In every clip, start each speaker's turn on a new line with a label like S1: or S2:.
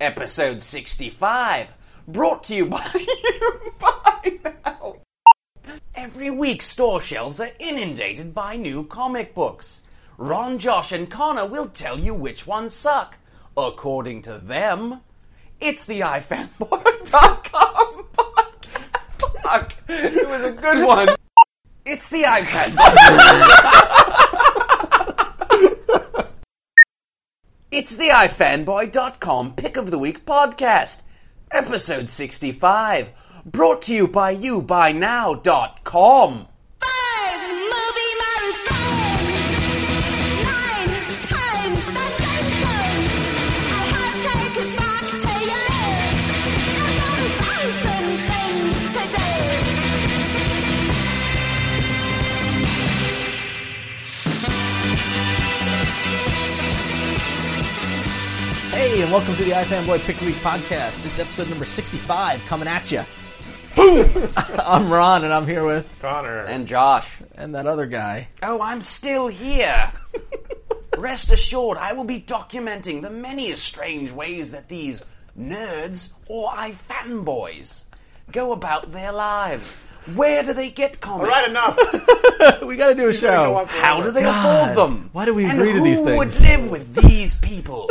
S1: episode 65, brought to you by you by now. Every week, store shelves are inundated by new comic books. Ron, Josh, and Connor will tell you which ones suck according to them, it's the ifanboy.com podcast. Fuck, it was a good one. It's the ifanboy. it's the ifanboy.com pick of the week podcast, episode 65, brought to you by you by now.com.
S2: Hey, and welcome to the iFanboy Pick Week podcast. It's episode number 65 coming at you. I'm Ron, and I'm here with,
S3: Connor.
S1: And Josh.
S2: and that other guy.
S1: Oh, I'm still here. Rest assured, I will be documenting the many strange ways that these nerds or I fanboys go about their lives. Where do they get comics?
S3: Right enough.
S2: We gotta do a show.
S1: How do they afford them?
S2: why do we
S1: and
S2: agree to these
S1: Who would
S2: things?
S1: live with these people?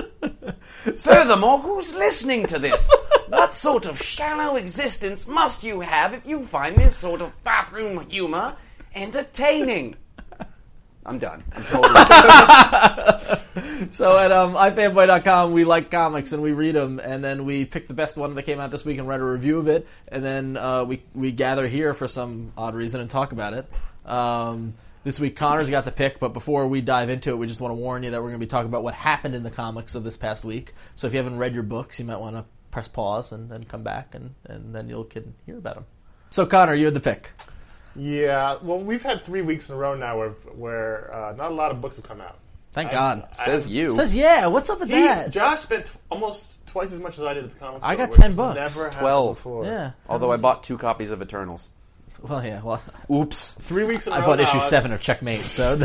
S1: Furthermore, who's listening to this? What sort of shallow existence must you have if you find this sort of bathroom humor entertaining? I'm done. I'm totally done.
S4: So at um, ifanboy.com, we like comics and we read them, and then we pick the best one that came out this week and write a review of it, and then uh, we we gather here for some odd reason and talk about it. Um, this week, Connor's got the pick, but before we dive into it, we just want to warn you that we're going to be talking about what happened in the comics of this past week. So if you haven't read your books, you might want to press pause and then come back, and, and then you'll can hear about them. So Connor, you had the pick.
S3: Yeah, well, we've had three weeks in a row now where, where uh, not a lot of books have come out.
S4: Thank
S3: I-
S4: God.
S3: I-
S5: Says you.
S4: Says yeah. What's up with
S3: He,
S4: that?
S3: Josh spent t- almost twice as much as I did at the comics.
S4: I
S3: store,
S4: got
S3: which
S4: 10 bucks.
S3: Never happened
S1: 12.
S3: Before.
S4: yeah.
S1: Although I bought two copies of Eternals.
S4: Well, yeah. Well,
S1: Oops.
S3: Three weeks in a
S4: I
S3: row.
S4: bought issue
S3: now, I-
S4: seven of Checkmate, so.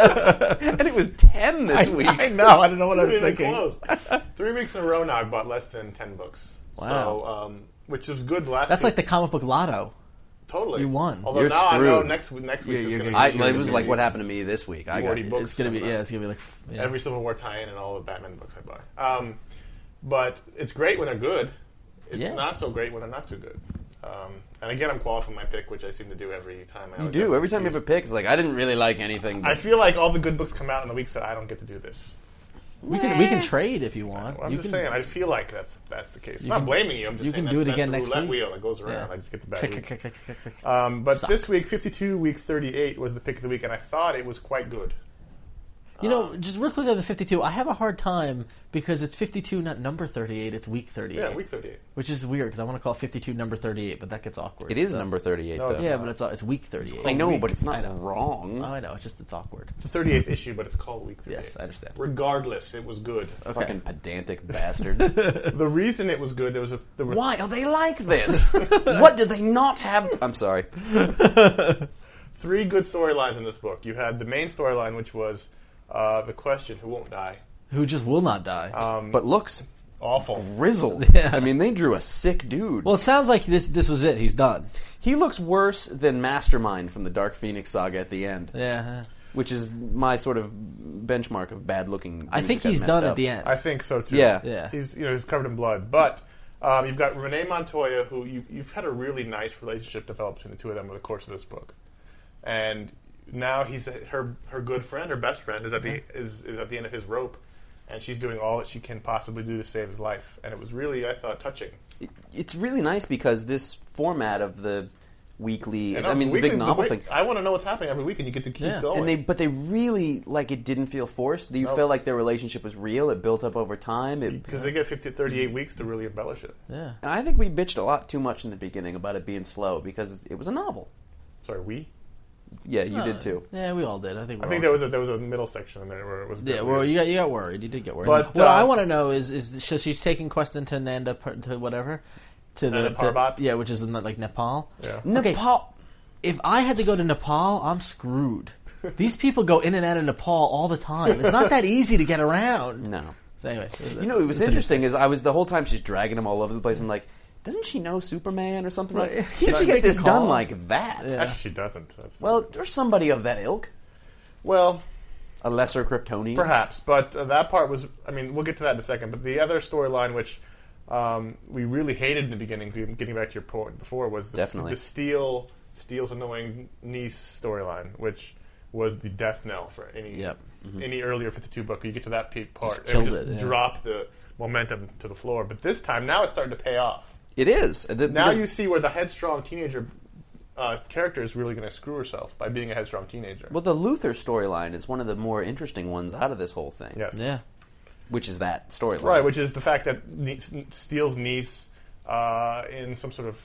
S1: And it was 10 this week.
S4: I know. I don't know what I was
S3: Not even
S4: thinking.
S3: close. Three weeks in a row now, I've bought less than ten books.
S4: Wow.
S3: So, um, which is good. Last
S4: That's
S3: week.
S4: like the comic book lotto.
S3: totally
S4: you won.
S3: Although
S5: You're
S3: now I know
S5: screwed.
S3: next week next week
S4: Yeah,
S3: is
S4: you're
S3: going to
S4: gonna
S3: be
S1: I,
S4: get
S1: it was like what happened to me this week. I got
S3: Forty books.
S4: It's gonna be
S3: coming
S4: yeah.
S3: out.
S4: It's gonna be like yeah.
S3: every Civil War tie-in and all the Batman books I buy. Um, but it's great when they're good. It's
S4: Yeah.
S3: not so great when they're not too good. Um, and again, I'm qualifying my pick, which I seem to do every time. I
S1: You do. Every time you have a pick, it's like, I didn't really like anything.
S3: I
S1: But
S3: feel like all the good books come out in the weeks that I don't get to do this.
S4: we can we can trade if you want.
S3: Well, I'm
S4: you
S3: just
S4: can,
S3: saying, I feel like that's that's the case. I'm not
S4: can-
S3: blaming you. I'm just
S4: you
S3: saying that's,
S4: can do it
S3: that's
S4: again
S3: the
S4: next
S3: roulette
S4: week.
S3: wheel that goes around.
S4: Yeah.
S3: I just get the
S4: Click,
S3: bad
S4: click,
S3: weeks.
S4: click, click, click, click.
S3: Um, but
S4: Suck.
S3: this week, 52 week 38 was the pick of the week, and I thought it was quite good.
S4: you know, just real quick on the fifty-two. I have a hard time because it's fifty-two, not number thirty-eight. It's week thirty-eight.
S3: Yeah, week 38.
S4: Which is weird because I want to call it fifty-two number thirty-eight, but that gets awkward.
S1: it is
S4: so-
S1: number 38,
S3: No,
S1: though.
S3: it's
S4: Yeah, but it's it's week thirty-eight.
S1: I know,
S4: Week.
S1: but it's
S4: I
S1: not
S4: know.
S1: wrong.
S4: Oh, I know. It's just it's awkward.
S3: It's the 38th issue, but it's called week 38.
S4: Yes, I understand.
S3: Regardless, it was good.
S1: Fucking pedantic bastards.
S3: The reason it was good, there was a, there were
S1: Why are they like this? what do they not have? I'm sorry.
S3: three good storylines in this book. You had the main storyline, which was uh, the question, "Who won't die?"
S4: Who just will not die?
S1: But looks
S3: Awful.
S1: grizzled. I mean, they drew a sick dude.
S4: well, it sounds like this this was it. He's done.
S1: he looks worse than Mastermind from the Dark Phoenix saga at the end,
S4: Yeah.
S1: which is my sort of benchmark of bad looking.
S4: I think he's done at the end.
S3: I think so too.
S1: Yeah.
S4: Yeah.
S3: He's you know he's covered in blood, but um, you've got Renee Montoya, who you, you've had a really nice relationship develop between the two of them over the course of this book, and now he's her her good friend, her best friend, is at the
S1: Mm-hmm.
S3: is, is at the end of his rope, and she's doing all that she can possibly do to save his life, and it was really I thought touching.
S1: It's really nice because this format of the weekly,
S3: And
S1: I
S3: uh,
S1: mean, the
S3: weekly-
S1: big novel
S3: week-
S1: thing.
S3: I want to know what's happening every week, and you get to keep
S4: Yeah.
S3: going.
S1: and they, but they really like it. Didn't feel forced. You felt like their relationship was real. It built up over time. It,
S3: because they get 50 38 weeks to really embellish it.
S4: yeah.
S1: And I think we bitched a lot too much in the beginning about it being slow because it was a novel.
S3: Sorry, we.
S1: Yeah, you did too.
S4: Yeah, we all did. I think. We're
S3: I think
S4: all
S3: there was a there was a middle section in there where it was. a bit
S4: Yeah, well,
S3: weird.
S4: you got you got worried. You did get worried.
S3: But,
S4: what
S3: uh,
S4: I want to know is is so she's taking Questin to Nanda Par- to whatever to the
S3: Nanda
S4: to-
S3: Parbat.
S4: yeah, which is in like Nepal.
S3: Yeah.
S4: Okay.
S1: Nepal.
S4: If I had to go to Nepal, I'm screwed. These people go in and out of Nepal all the time. It's not that easy to get around.
S1: No.
S4: So anyway,
S1: You know, it was interesting. Is I was the whole time she's dragging him all over the place. I'm like, doesn't she know Superman or something?
S4: Right.
S1: Like, can't she
S4: Make
S1: get this
S4: a call.
S1: done like that?
S4: Yeah.
S3: Actually, she doesn't. That's
S1: Well, there's somebody of that ilk,
S3: well,
S1: a lesser Kryptonian.
S3: perhaps, but uh, that part was. I mean, we'll get to that in a second. But the other storyline, which um, we really hated in the beginning, getting back to your point before, was the,
S1: Definitely.
S3: the Steel Steel's annoying niece storyline, which was the death knell for any
S4: Yep. Mm-hmm.
S3: any earlier 52 book. You get to that peak part, and
S4: killed
S3: just
S4: it, yeah.
S3: drop the momentum to the floor. But this time, now it's starting to pay off.
S1: It is. The-
S3: Now
S1: because-
S3: you see where the headstrong teenager uh, character is really going to screw herself by being a headstrong teenager.
S1: Well, the Luther storyline is one of the more interesting ones out of this whole thing.
S3: yes.
S4: Yeah.
S1: Which is that storyline.
S3: Right, which is the fact that nie- Steele's niece, uh, in some sort of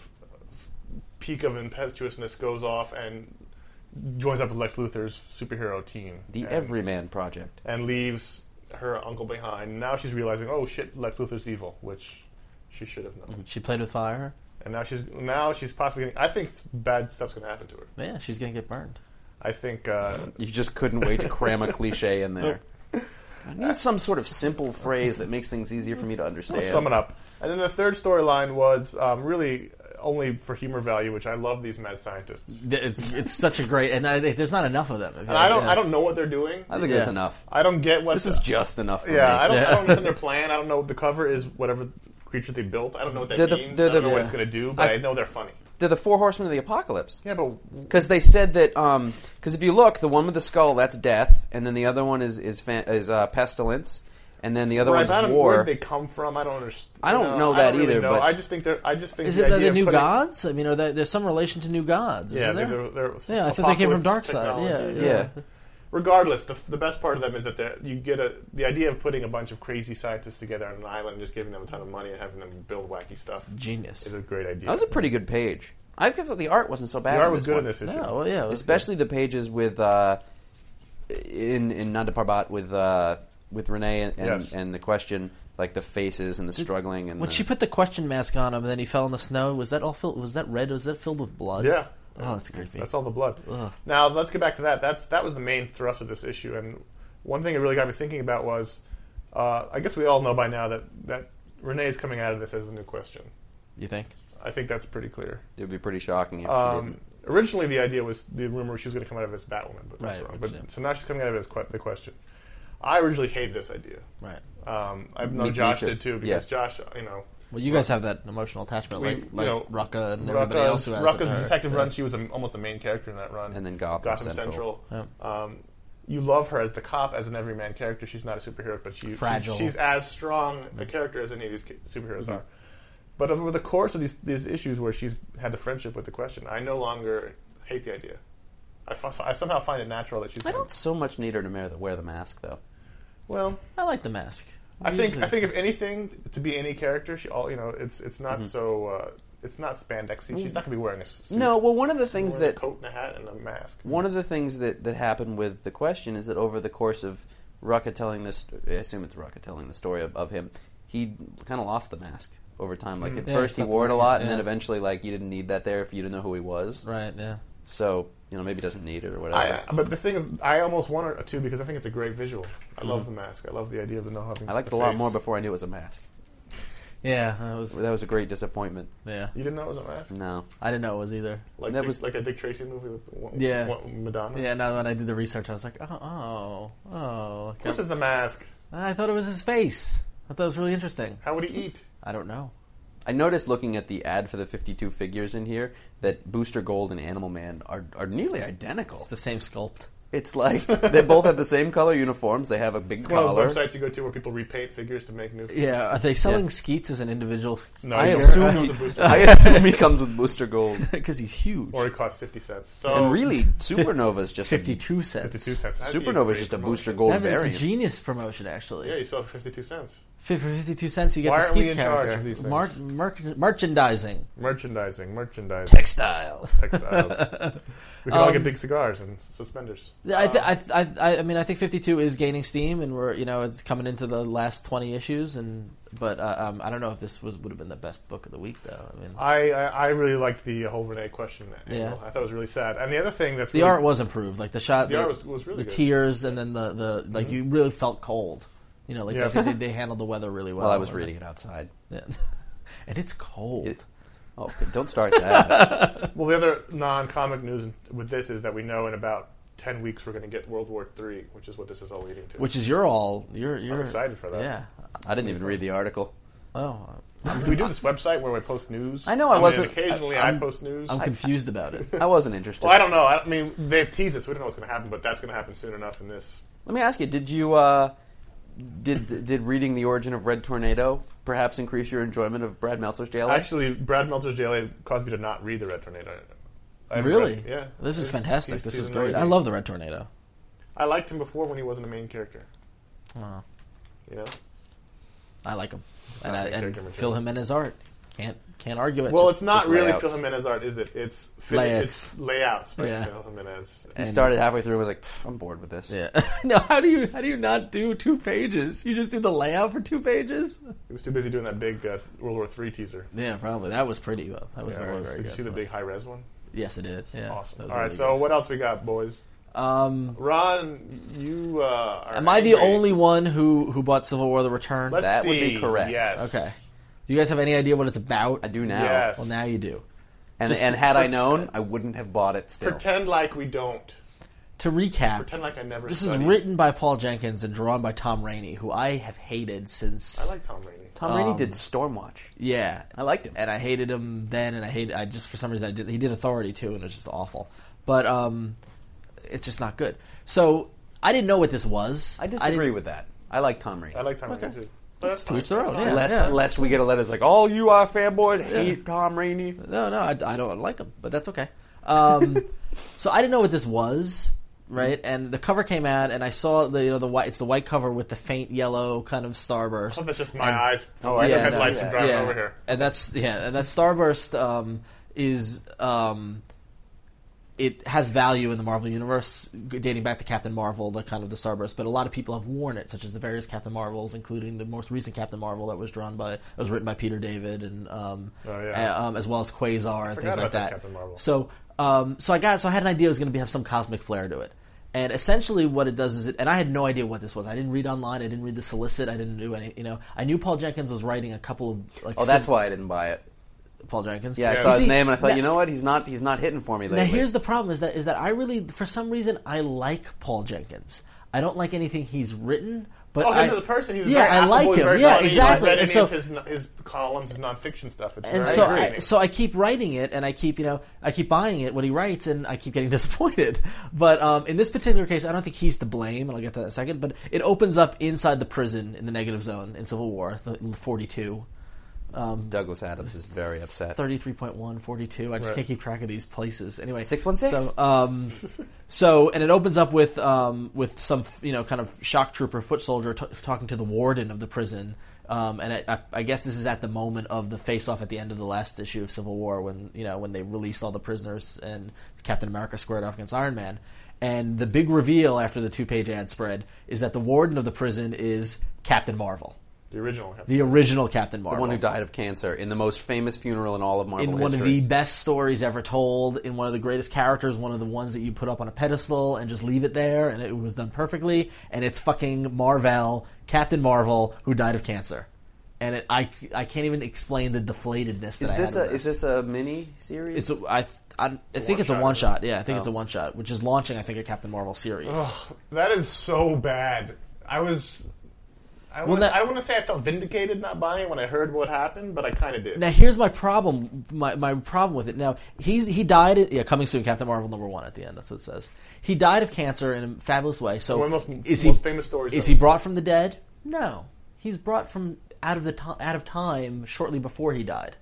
S3: peak of impetuousness, goes off and joins up with Lex Luthor's superhero team.
S1: the
S3: and,
S1: Everyman Project.
S3: And leaves her uncle behind. Now she's realizing, oh shit, Lex Luthor's evil, which she should have
S1: Mm-hmm.
S3: known.
S4: She played with fire.
S3: And now she's now she's possibly. Getting, I think bad stuff's going to happen to her.
S4: Yeah, she's gonna get burned.
S3: I think. Uh,
S1: You just couldn't wait to cram a cliche in there. I need some sort of simple phrase that makes things easier for me to understand.
S3: Sum it up. And then the third storyline was um, really only for humor value, which I love these mad scientists. And
S4: Th- It's it's such a great and I, there's not enough of them. And
S3: I don't I don't know what they're doing.
S1: I think
S4: Yeah.
S1: that's enough.
S3: I don't get what
S1: This
S3: the-
S1: is just enough. For
S3: Yeah,
S1: me.
S3: I don't I don't understand their plan. I don't know the cover is whatever creature they built. I don't know what that
S1: They're the-
S3: means.
S1: they're
S3: I don't
S1: the-
S3: know what
S1: yeah.
S3: it's going to do, but I,
S1: I-
S3: know they're funny.
S1: They're the four horsemen of the apocalypse.
S3: Yeah, but
S1: Because they said that, because if you look, the one with the skull that's death, and then the other one is is fan, is uh, pestilence, and then the other
S3: right, but I
S1: one's
S3: don't,
S1: war.
S3: where they come from? I don't understand.
S1: I don't know that
S3: really
S1: either,
S3: Know.
S1: but-
S3: I just think they're. I just think
S4: Is
S3: the
S4: it that
S3: idea
S4: the
S3: of
S4: new
S3: putting-
S4: gods? I mean, are there, there's some relation to new gods?
S3: Yeah,
S4: isn't there?
S3: they're, they're, they're
S4: yeah, I think they came from Dark
S3: apocalypse
S4: Side. Yeah,
S3: technology,
S1: yeah.
S3: regardless, the, the best part of them is that they're- you get a the idea of putting a bunch of crazy scientists together on an island and just giving them a ton of money and having them build wacky stuff
S4: Genius.
S3: is a great idea.
S1: That was a pretty good page. I guess that the art wasn't so bad.
S3: the art
S1: in
S3: was
S1: this
S3: good
S1: one.
S3: in this issue.
S4: Yeah, well, yeah. it was
S1: especially the pages with uh, in in Nanda Parbat with uh, with Renee and and,
S3: Yes.
S1: and the question like the faces and the struggling and
S4: good. When
S1: the,
S4: she put the question mask on him and then he fell in the snow, was that all filled? Was that red? Was that filled with blood?
S3: Yeah.
S4: Oh, that's creepy.
S3: That's all the blood. Now let's get back to that. That's that was the main thrust of this issue, and one thing it really got me thinking about was, uh, I guess we all know by now that that Renee's coming out of this as a new question.
S4: you think?
S3: I think that's pretty clear.
S1: it would be pretty shocking if she
S3: Um,
S1: didn't.
S3: originally, the idea was the rumor she was going to come out of it as Batwoman, but that's
S4: Right,
S3: wrong.
S4: which,
S3: But
S4: yeah.
S3: so now she's coming out of it as que- the question. I originally hated this idea.
S4: Right.
S3: Um, I've
S1: Me-
S3: known
S1: me
S3: Josh
S1: too.
S3: did too because
S1: Yeah.
S3: Josh, you know,
S4: Well, you guys have that emotional attachment,
S3: we-
S4: like like
S3: you know,
S4: Rucka and everybody else who has
S3: Rucka's
S4: it. Or-
S3: detective run. She was a, almost the main character in that run.
S1: And then Gotham Central.
S3: Um, you love her as the cop, as an everyman character. She's not a superhero, but she,
S4: Fragile.
S3: she's, she's as strong a character as any of these ki- superheroes are. But over the course of these, these issues where she's had the friendship with the question, I no longer hate the idea. I, f- I somehow find it natural that she's.
S1: I don't so much need her to wear the, wear the mask though.
S3: Well,
S4: I like the mask.
S3: I think I think if anything to be any character, she all you know it's it's not so uh, it's not spandexy. She's not going to be wearing a s- suit.
S1: Mm. No, well, one of the things
S3: Wearing
S1: that
S3: a coat and a hat and a mask.
S1: one of the things that that happened with the question is that over the course of Rucka telling this, I assume it's Rucka telling the story of, of him, he kind of lost the mask over time.
S3: Hmm.
S1: Like at
S4: Yeah,
S1: first he
S4: that's
S1: wore it a
S4: the-
S1: lot, and then
S4: yeah.
S1: eventually like you didn't need that there if you didn't know who he was.
S4: Right. Yeah.
S1: So you know maybe he doesn't need it or
S3: I,
S1: whatever.
S3: but the thing is, I almost want it too because I think it's a great visual. I love the mask. I love the idea of the no having.
S1: Mm-hmm. I liked it
S3: the
S1: a lot
S3: face.
S1: more before I knew it was a mask.
S4: Yeah. That was.
S1: That was a great disappointment.
S4: Yeah.
S3: You didn't know it was a mask.
S1: No,
S4: I didn't know it was either.
S3: Like
S1: That
S3: that
S1: was-
S3: was like that Dick Tracy movie with one,
S4: Yeah.
S3: one- Madonna.
S4: Yeah. Now that I did the research, I was like, oh, oh, oh.
S3: Of course, it's a mask.
S4: I thought it was his face. I thought it was really interesting.
S3: How would he eat?
S4: I don't know.
S1: I noticed looking at the ad for the 52 figures in here that Booster Gold and Animal Man are, are nearly identical.
S4: It's the same sculpt.
S1: It's like they both have the same color uniforms. They have a big
S3: One of those
S1: collar.
S3: websites you go to where people repaint figures to make new.
S4: Yeah. Are they selling
S1: Yeah.
S4: Skeets as an individual?
S3: No,
S1: I
S3: you don't.
S1: assume
S3: That was
S1: he-
S3: a booster.
S1: I assume he comes with Booster Gold.
S4: Because he's huge.
S3: or it costs fifty cents. So
S1: And really, Supernova is just
S4: Fifty-two cents.
S3: Oh. fifty-two cents.
S1: A,
S3: That'd be
S1: Supernova is
S3: great
S1: just a
S3: promotion.
S1: Booster Gold
S4: Evan, it's a
S1: variant.
S4: genius promotion, actually.
S3: Yeah, you sell it for fifty-two cents.
S4: Fi- For fifty-two cents, you get
S3: Why
S4: the
S3: aren't we
S4: Skeets
S3: in charge
S4: character.
S3: of these things?
S4: Mar- merch- merchandising,
S3: Merchandising, merchandising,
S4: textiles.
S3: textiles. we could all
S1: Um,
S3: get big cigars and suspenders. Uh.
S4: I, th- I, th- I, th- I, I mean, I think 52 is gaining steam, and we're you know it's coming into the last 20 issues, and but uh, um, I don't know if this was would have been the best book of the week though. I mean,
S3: I, I, I really liked the whole Renee question. Angle.
S4: Yeah.
S3: I thought it was really sad. And the other thing that's
S4: the
S3: really,
S4: art was improved, like the shot,
S3: The art was- was really
S4: the
S3: good. Mm-hmm.
S4: tears, and then the, the like you really felt cold. You know, like
S3: Yeah.
S4: I think they, they handled the weather really well.
S1: Well, I was reading it outside.
S4: Yeah. and it's cold.
S1: It- oh, okay, don't start that.
S3: well, the other non-comic news with this is that we know in about ten weeks we're going to get World War Three, which is what this is all leading to.
S4: which is your all. You're you're
S3: excited for that.
S4: Yeah.
S1: I didn't even read the article.
S4: Oh,
S3: do we do this website where we post news?
S1: I know I
S3: mean,
S1: wasn't-
S3: Occasionally,
S1: I-
S3: I,
S1: I'm-
S3: post news.
S4: I'm confused about it.
S1: I wasn't interested.
S3: well, I don't know. I, don't- I mean, they teased us. We don't know what's going to happen, but that's going to happen soon enough in this.
S1: Let me ask you: Did you uh, did did reading the origin of Red Tornado perhaps increase your enjoyment of Brad Meltzer's Jail?
S3: Actually, Brad Meltzer's JLA caused me to not read the Red Tornado. I haven't
S4: Really?
S3: read- yeah.
S4: This is
S3: He's-
S4: fantastic.
S3: he's
S4: This is
S3: season
S4: great. I
S3: 90.
S4: love the Red Tornado.
S3: I liked him before when he wasn't a main character.
S4: Oh.
S3: You know.
S4: I like him,
S3: not
S4: and, I,
S3: my
S4: and
S3: character
S4: Phil
S3: material.
S4: Jimenez art can't can't argue it.
S3: Well,
S4: Just-
S3: it's not
S1: just
S3: really
S1: layouts.
S3: Phil Jimenez art, is it? It's fin-
S4: Layouts.
S3: It's layouts by
S4: Yeah.
S3: Phil Jimenez.
S1: He started halfway through and was like, "Pff, "I'm bored with this."
S4: Yeah. no, how do you how do you not do two pages? You just do the layout for two pages?
S3: He was too busy doing that big uh, World War Three teaser.
S4: Yeah, probably. That was pretty well. That was
S3: Yeah,
S4: very
S3: it was.
S4: very
S3: Did
S4: good.
S3: you see the big high res one?
S4: Yes, it did. Yeah,
S3: Awesome.
S4: that
S3: All
S4: was
S3: right,
S4: really
S3: so what else we got, boys?
S4: good. um,
S3: Ron, you uh, are
S4: am I the
S3: angry.
S4: only one who who bought Civil War: The Return?
S3: Let's
S1: That would be
S3: see.
S1: correct.
S3: Yes.
S4: okay. Do you guys have any idea what it's about?
S1: I do now.
S3: Yes.
S4: Well, now you do.
S1: And
S4: Just-
S1: and had I
S4: let's-
S1: known, I wouldn't have bought it still.
S3: Pretend like we don't.
S4: to recap,
S3: Pretend like I never.
S4: this is
S3: studied.
S4: written by Paul Jenkins and drawn by Tom Rainey, who I have hated since.
S3: I like Tom Rainey.
S1: Tom Rainey did Stormwatch.
S4: Yeah, I liked him, and I hated him then, and I hate. I just for some reason I did. He did Authority too, and it was just awful. But um, it's just not good. So I didn't know what this was.
S1: I disagree
S4: didn't-
S1: with that. I like Tom Rainey.
S3: I like Tom Rainey too. But that's
S4: To each
S3: fine.
S4: their
S3: That's
S4: own,
S3: fine.
S4: yeah.
S1: lest, lest we get a letter that's like, all you are fanboys hate Tom Rainey.
S4: No, no, I, I don't like him, but that's okay. Um, so I didn't know what this was, right? And the cover came out, and I saw the you know the white. It's the white cover with the faint yellow kind of starburst.
S3: Oh, that's just my eyes. Oh,
S1: I
S3: I
S1: didn't
S3: yeah,
S1: see
S3: headlights
S1: that.
S3: and driving
S4: yeah.
S3: over here.
S4: And that's yeah, and that starburst um, is um, it has value in the Marvel universe, g- dating back to Captain Marvel, the kind of the starburst. But a lot of people have worn it, such as the various Captain Marvels, including the most recent Captain Marvel that was drawn by that was written by Peter David and um,
S3: Oh, yeah.
S4: uh, um, as well as Quasar and things
S3: about
S4: like
S3: that
S4: that.
S3: Captain Marvel.
S4: So um, so I got so I had an idea it was going to be have some cosmic flair to it. And essentially, what it does is it, and I had no idea what this was. I didn't read online. I didn't read the solicit. I didn't do any, you know. I knew Paul Jenkins was writing a couple of like.
S1: Oh, that's
S4: sim-
S1: why I didn't buy it.
S4: Paul Jenkins.
S1: Yeah, I
S4: You
S1: saw his
S4: see,
S1: name and I thought,
S4: now-
S1: you know what? He's not he's not hitting for me lately.
S4: Now here's the problem: is that is that I really, for some reason, I like Paul Jenkins. I don't like anything he's written, but
S3: Oh,
S4: I,
S3: him to the person. He's
S4: yeah,
S3: very
S4: I
S3: affable,
S4: like
S3: he's
S4: him.
S3: Very
S4: Yeah,
S3: funny.
S4: exactly.
S3: I've read
S4: And
S3: any
S4: so-
S3: of his, his columns, his nonfiction stuff. It's
S4: and
S3: very
S4: so I,
S3: entertaining.
S4: so I keep writing it, and I keep you know I keep buying it what he writes, and I keep getting disappointed. But um, in this particular case, I don't think he's to blame, and I'll get to that in a second. But it opens up inside the prison in the negative zone in Civil War, the forty-two.
S1: Douglas Adams is very upset.
S4: 33.1, 42. I just can't keep track of these places. Anyway,
S1: 616.
S4: So, um, so and it opens up with um, with some you know kind of shock trooper foot soldier t- talking to the warden of the prison. Um, and I, I, I guess this is at the moment of the face-off at the end of the last issue of Civil War, when you know when they released all the prisoners and Captain America squared off against Iron Man. And the big reveal after the two-page ad spread is that the warden of the prison is Captain Marvel,
S3: the original.
S4: the original Captain Marvel,
S1: The one who died of cancer in the most famous funeral in all of Marvel
S4: in
S1: history.
S4: one of the best stories ever told, in one of the greatest characters, one of the ones that you put up on a pedestal and just leave it there, and it was done perfectly. And it's fucking Marvel, Captain Marvel, who died of cancer, and it, I I can't even explain the deflatedness that
S1: is
S4: I
S1: this
S4: had.
S1: a
S4: of
S1: is this a mini series?
S4: It's a, I, I, I think it's a
S3: one-shot,
S4: one shot. Yeah, I think it's
S1: Oh.
S4: a one shot, which is launching. I think a Captain Marvel series.
S3: That is so bad. I was. I want
S4: that-
S3: I want to say I felt vindicated not buying it when I heard what happened, but I kind of did.
S4: Now here's my problem. My, my problem with it. Now he's he died. At, yeah, coming soon. Captain Marvel number one at the end. That's what it says. He died of cancer in a fabulous way. So
S3: One of the most-
S4: is
S3: most
S4: he
S3: famous stories
S4: Is
S3: ever.
S4: he brought from the dead? No, he's brought from out of the to- out of time shortly before he died.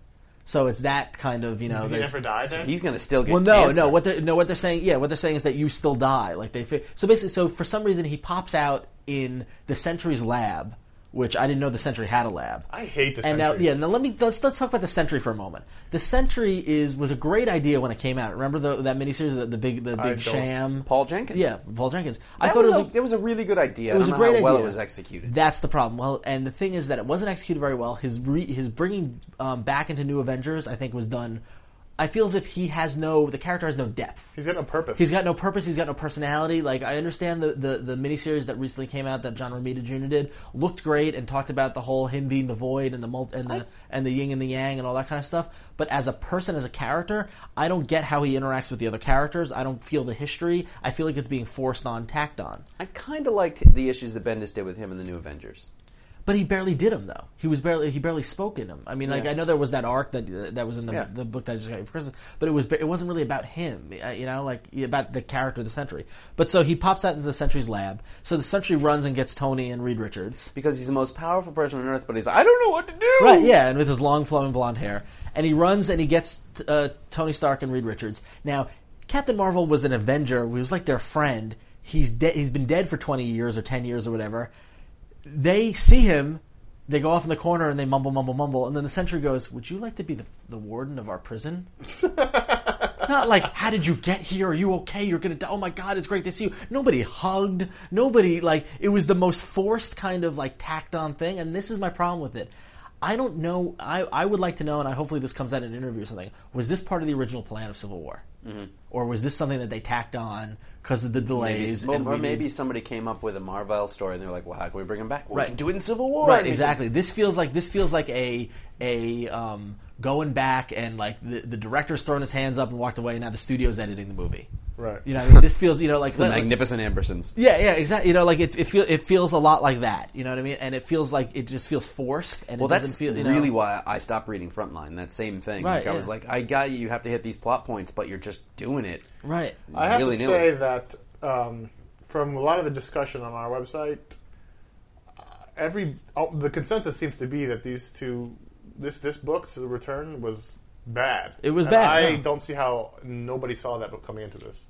S4: So it's that kind of you know.
S3: Did he
S4: that's-
S3: never die then?
S1: He's going to still get
S4: well, no,
S1: cancer.
S4: no. What they're no, what they're saying, yeah, what they're saying is that you still die. Like they, fi- so basically, so for some reason, he pops out in the Sentry's lab, which I didn't know the Sentry had a lab.
S3: I hate this.
S4: And now,
S3: country.
S4: yeah. Now let me let's let's talk about the Sentry for a moment. The Sentry is was a great idea when it came out. Remember the, that miniseries, the, the big the big
S3: don't-
S4: sham.
S1: Paul Jenkins.
S4: Yeah, Paul Jenkins. I
S1: That
S4: thought
S1: was
S4: it was
S1: a, it was a really good idea.
S4: it was
S1: I
S4: a
S1: don't
S4: great
S1: know how well
S4: idea.
S1: it was executed.
S4: That's the problem. Well, and the thing is that it wasn't executed very well. His re, his bringing um, back into New Avengers, I think, was done. I feel as if he has no the character has no depth.
S3: he's got no purpose.
S4: He's got no purpose. He's got no personality. Like I understand the the, the miniseries that recently came out that John Romita Jr. did looked great and talked about the whole him being the void and the mul- and the and the yin and the yang and all that kind of stuff. But as a person, as a character, I don't get how he interacts with the other characters. I don't feel the history. I feel like it's being forced on, tacked on.
S1: I kind of liked the issues that Bendis did with him in the New Avengers.
S4: But he barely did him though. He was barely he barely spoke in him. I mean, like
S1: Yeah.
S4: I know there was that arc that that was in the,
S1: Yeah.
S4: the book that I just got for Christmas, but it was it wasn't really about him. uh, You know, like about the character of the Sentry. But so he pops out into the Sentry's lab. So the Sentry runs and gets Tony and Reed Richards.
S1: Because he's the most powerful person on earth, but he's like, I don't know what to do.
S4: Right, yeah, and with his long flowing blonde hair, and he runs and he gets uh, Tony Stark and Reed Richards. Now, Captain Marvel was an Avenger. He was like their friend. He's de- he's been dead for twenty years or ten years or whatever. They see him. They go off in the corner and they mumble, mumble, mumble, and then the sentry goes, "Would you like to be the, the warden of our prison?" Not like, "How did you get here? Are you okay? You're gonna die. Oh my God, it's great to see you." Nobody hugged. Nobody like. It was the most forced kind of like tacked on thing, and this is my problem with it. I don't know. I, I would like to know, and I hopefully this comes out in an interview or something. Was this part of the original plan of Civil War, mm-hmm. or was this something that they tacked on because of the
S1: Maybe,
S4: delays? and
S1: or
S4: we
S1: maybe
S4: need-
S1: somebody came up with a Marvel story and they're like, well, how can we bring him back? Well,
S4: Right.
S1: We can do it in Civil War.
S4: right,
S1: And we
S4: exactly. This feels like this feels like a a um, going back and like the, the director's thrown his hands up and walked away. and Now the studio's editing the movie.
S1: can-
S3: Right.
S4: You know, what I mean, this feels you know like
S1: The
S4: like-
S1: magnificent Ambersons.
S4: yeah, yeah, exactly. You know, like it's, it feel it feels a lot like that. You know what I mean? And it feels like it just feels forced. And
S1: Well,
S4: it doesn't
S1: that's
S4: feel, you know-
S1: really why I stopped reading Frontline. That same thing.
S4: Right,
S1: like, I was
S4: yeah.
S1: like, I got you. You have to hit these plot points, but you're just doing it.
S4: right.
S3: I have
S1: really
S3: to
S1: knew
S3: say
S1: it.
S3: that um, from a lot of the discussion on our website, uh, every all, the consensus seems to be that these two, this this book, The Return, was bad.
S4: It was
S3: And
S4: bad,
S3: I
S4: yeah.
S3: don't see how nobody saw that book coming into this.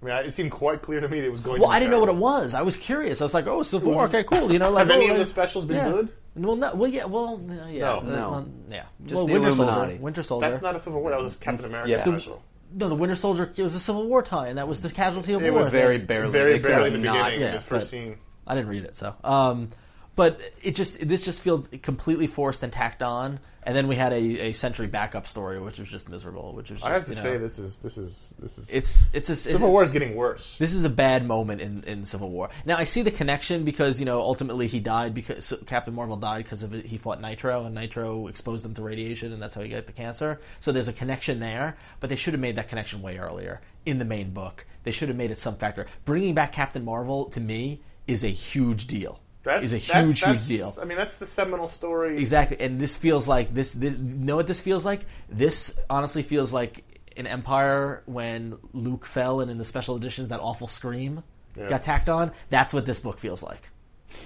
S3: I mean, I, it seemed quite clear to me that it was going.
S4: Well,
S3: to be
S4: I didn't know what
S3: bad.
S4: it was. I was curious. I was like, "Oh, Civil
S3: Was
S4: War.
S3: it-
S4: Okay, cool." You know, like
S3: Have any
S4: oh,
S3: of the
S4: like-
S3: specials been
S4: yeah.
S3: good?
S4: Well, no. Well, yeah. Well, uh, yeah.
S3: No.
S1: No.
S4: Well, yeah.
S1: Just
S4: well,
S1: the
S4: Winter
S1: Illuminati.
S4: Soldier. Winter Soldier.
S3: That's not a Civil War. That was a Captain America
S1: Yeah.
S3: special.
S4: no, the Winter Soldier. It was a Civil War tie, and that was the casualty of
S3: It
S4: war.
S3: was
S1: Very barely.
S3: Very
S1: They could
S3: barely
S1: have
S3: in the
S1: not-
S3: beginning.
S4: Yeah,
S3: the first
S4: but-
S3: scene.
S4: I didn't read it, so. Um, but it just this just feels completely forced and tacked on. And then we had a, a century backup story, which was just miserable. Which was just,
S3: I have to
S4: you know,
S3: say, this is this is this is
S4: It's it's a
S3: Civil War is getting worse.
S4: This is a bad moment in, in Civil War. Now I see the connection because you know ultimately he died because so Captain Marvel died because of it, he fought Nitro and Nitro exposed him to radiation and that's how he got the cancer. So there's a connection there, but they should have made that connection way earlier in the main book. They should have made it some factor. Bringing back Captain Marvel to me is a huge deal.
S3: That's
S4: is a
S3: that's-
S4: huge
S3: that's-
S4: huge deal.
S3: I mean, that's the seminal story.
S4: Exactly, and this feels like this. This you know what this feels like. This honestly feels like an Empire when Luke fell, and in the special editions that awful scream got tacked on. That's what this book feels like.